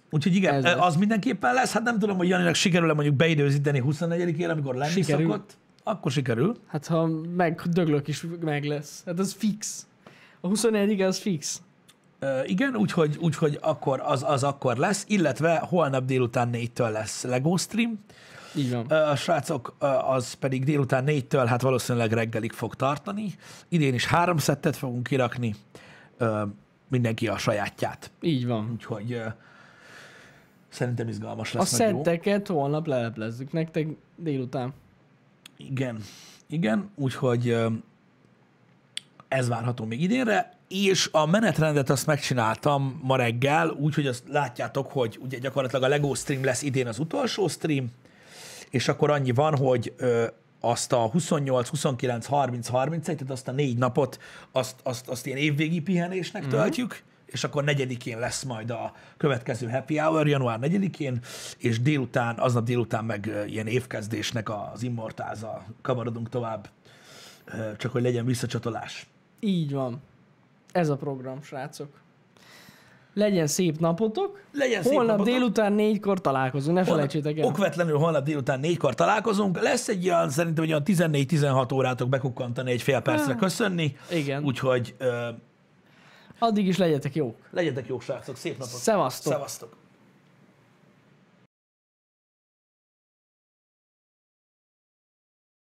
A: Úgyhogy igen,
B: Ez
A: ö,
B: lesz.
A: az mindenképpen lesz. Hát nem tudom, hogy Janinak sikerül-e mondjuk beidőzíteni 24-ére, amikor lenni
B: Sikerül.
A: szokott. Akkor sikerül.
B: Hát ha megdöglök is, meg lesz. Hát az fix. A 21 az fix.
A: Ö, Igen, úgyhogy, úgyhogy akkor az, az akkor lesz, illetve holnap délután 4-től lesz LEGO stream.
B: Így van.
A: Ö, A srácok, ö, az pedig délután 4-től, hát valószínűleg reggelig fog tartani. Idén is három szettet fogunk kirakni, Ö, mindenki a sajátját.
B: Így van.
A: Úgyhogy ö, szerintem izgalmas
B: A
A: lesz. meg jó.
B: szetteket holnap leleplezzük nektek délután.
A: Igen, igen, úgyhogy ö, ez várható még idénre, és a menetrendet azt megcsináltam ma reggel, úgyhogy azt látjátok, hogy ugye gyakorlatilag a LEGO stream lesz idén az utolsó stream, és akkor annyi van, hogy ö, azt a 28, 29, 30, 31, tehát azt a négy napot, azt, azt, azt ilyen évvégi pihenésnek
B: Mhm.
A: mm-hmm. töltjük, és akkor negyedikén lesz majd a következő happy hour, január 4-én, és délután, aznap délután meg ö, ilyen évkezdésnek az immortáza kavarodunk tovább, ö, csak hogy legyen visszacsatolás.
B: Így van. Ez a program, srácok. Legyen szép napotok.
A: Legyen szép
B: holnap
A: napotok.
B: délután négykor találkozunk, ne
A: Holnap-
B: felejtsétek el.
A: Okvetlenül holnap délután négykor találkozunk. Lesz egy olyan, szerintem egy olyan 14-16 órátok bekukkantani egy fél percre
B: Ah.
A: köszönni.
B: Igen.
A: Úgyhogy ö,
B: Addig is legyetek jók.
A: legyetek jó srácok, szép napot!
B: Szevasztok.
A: Szevasztok!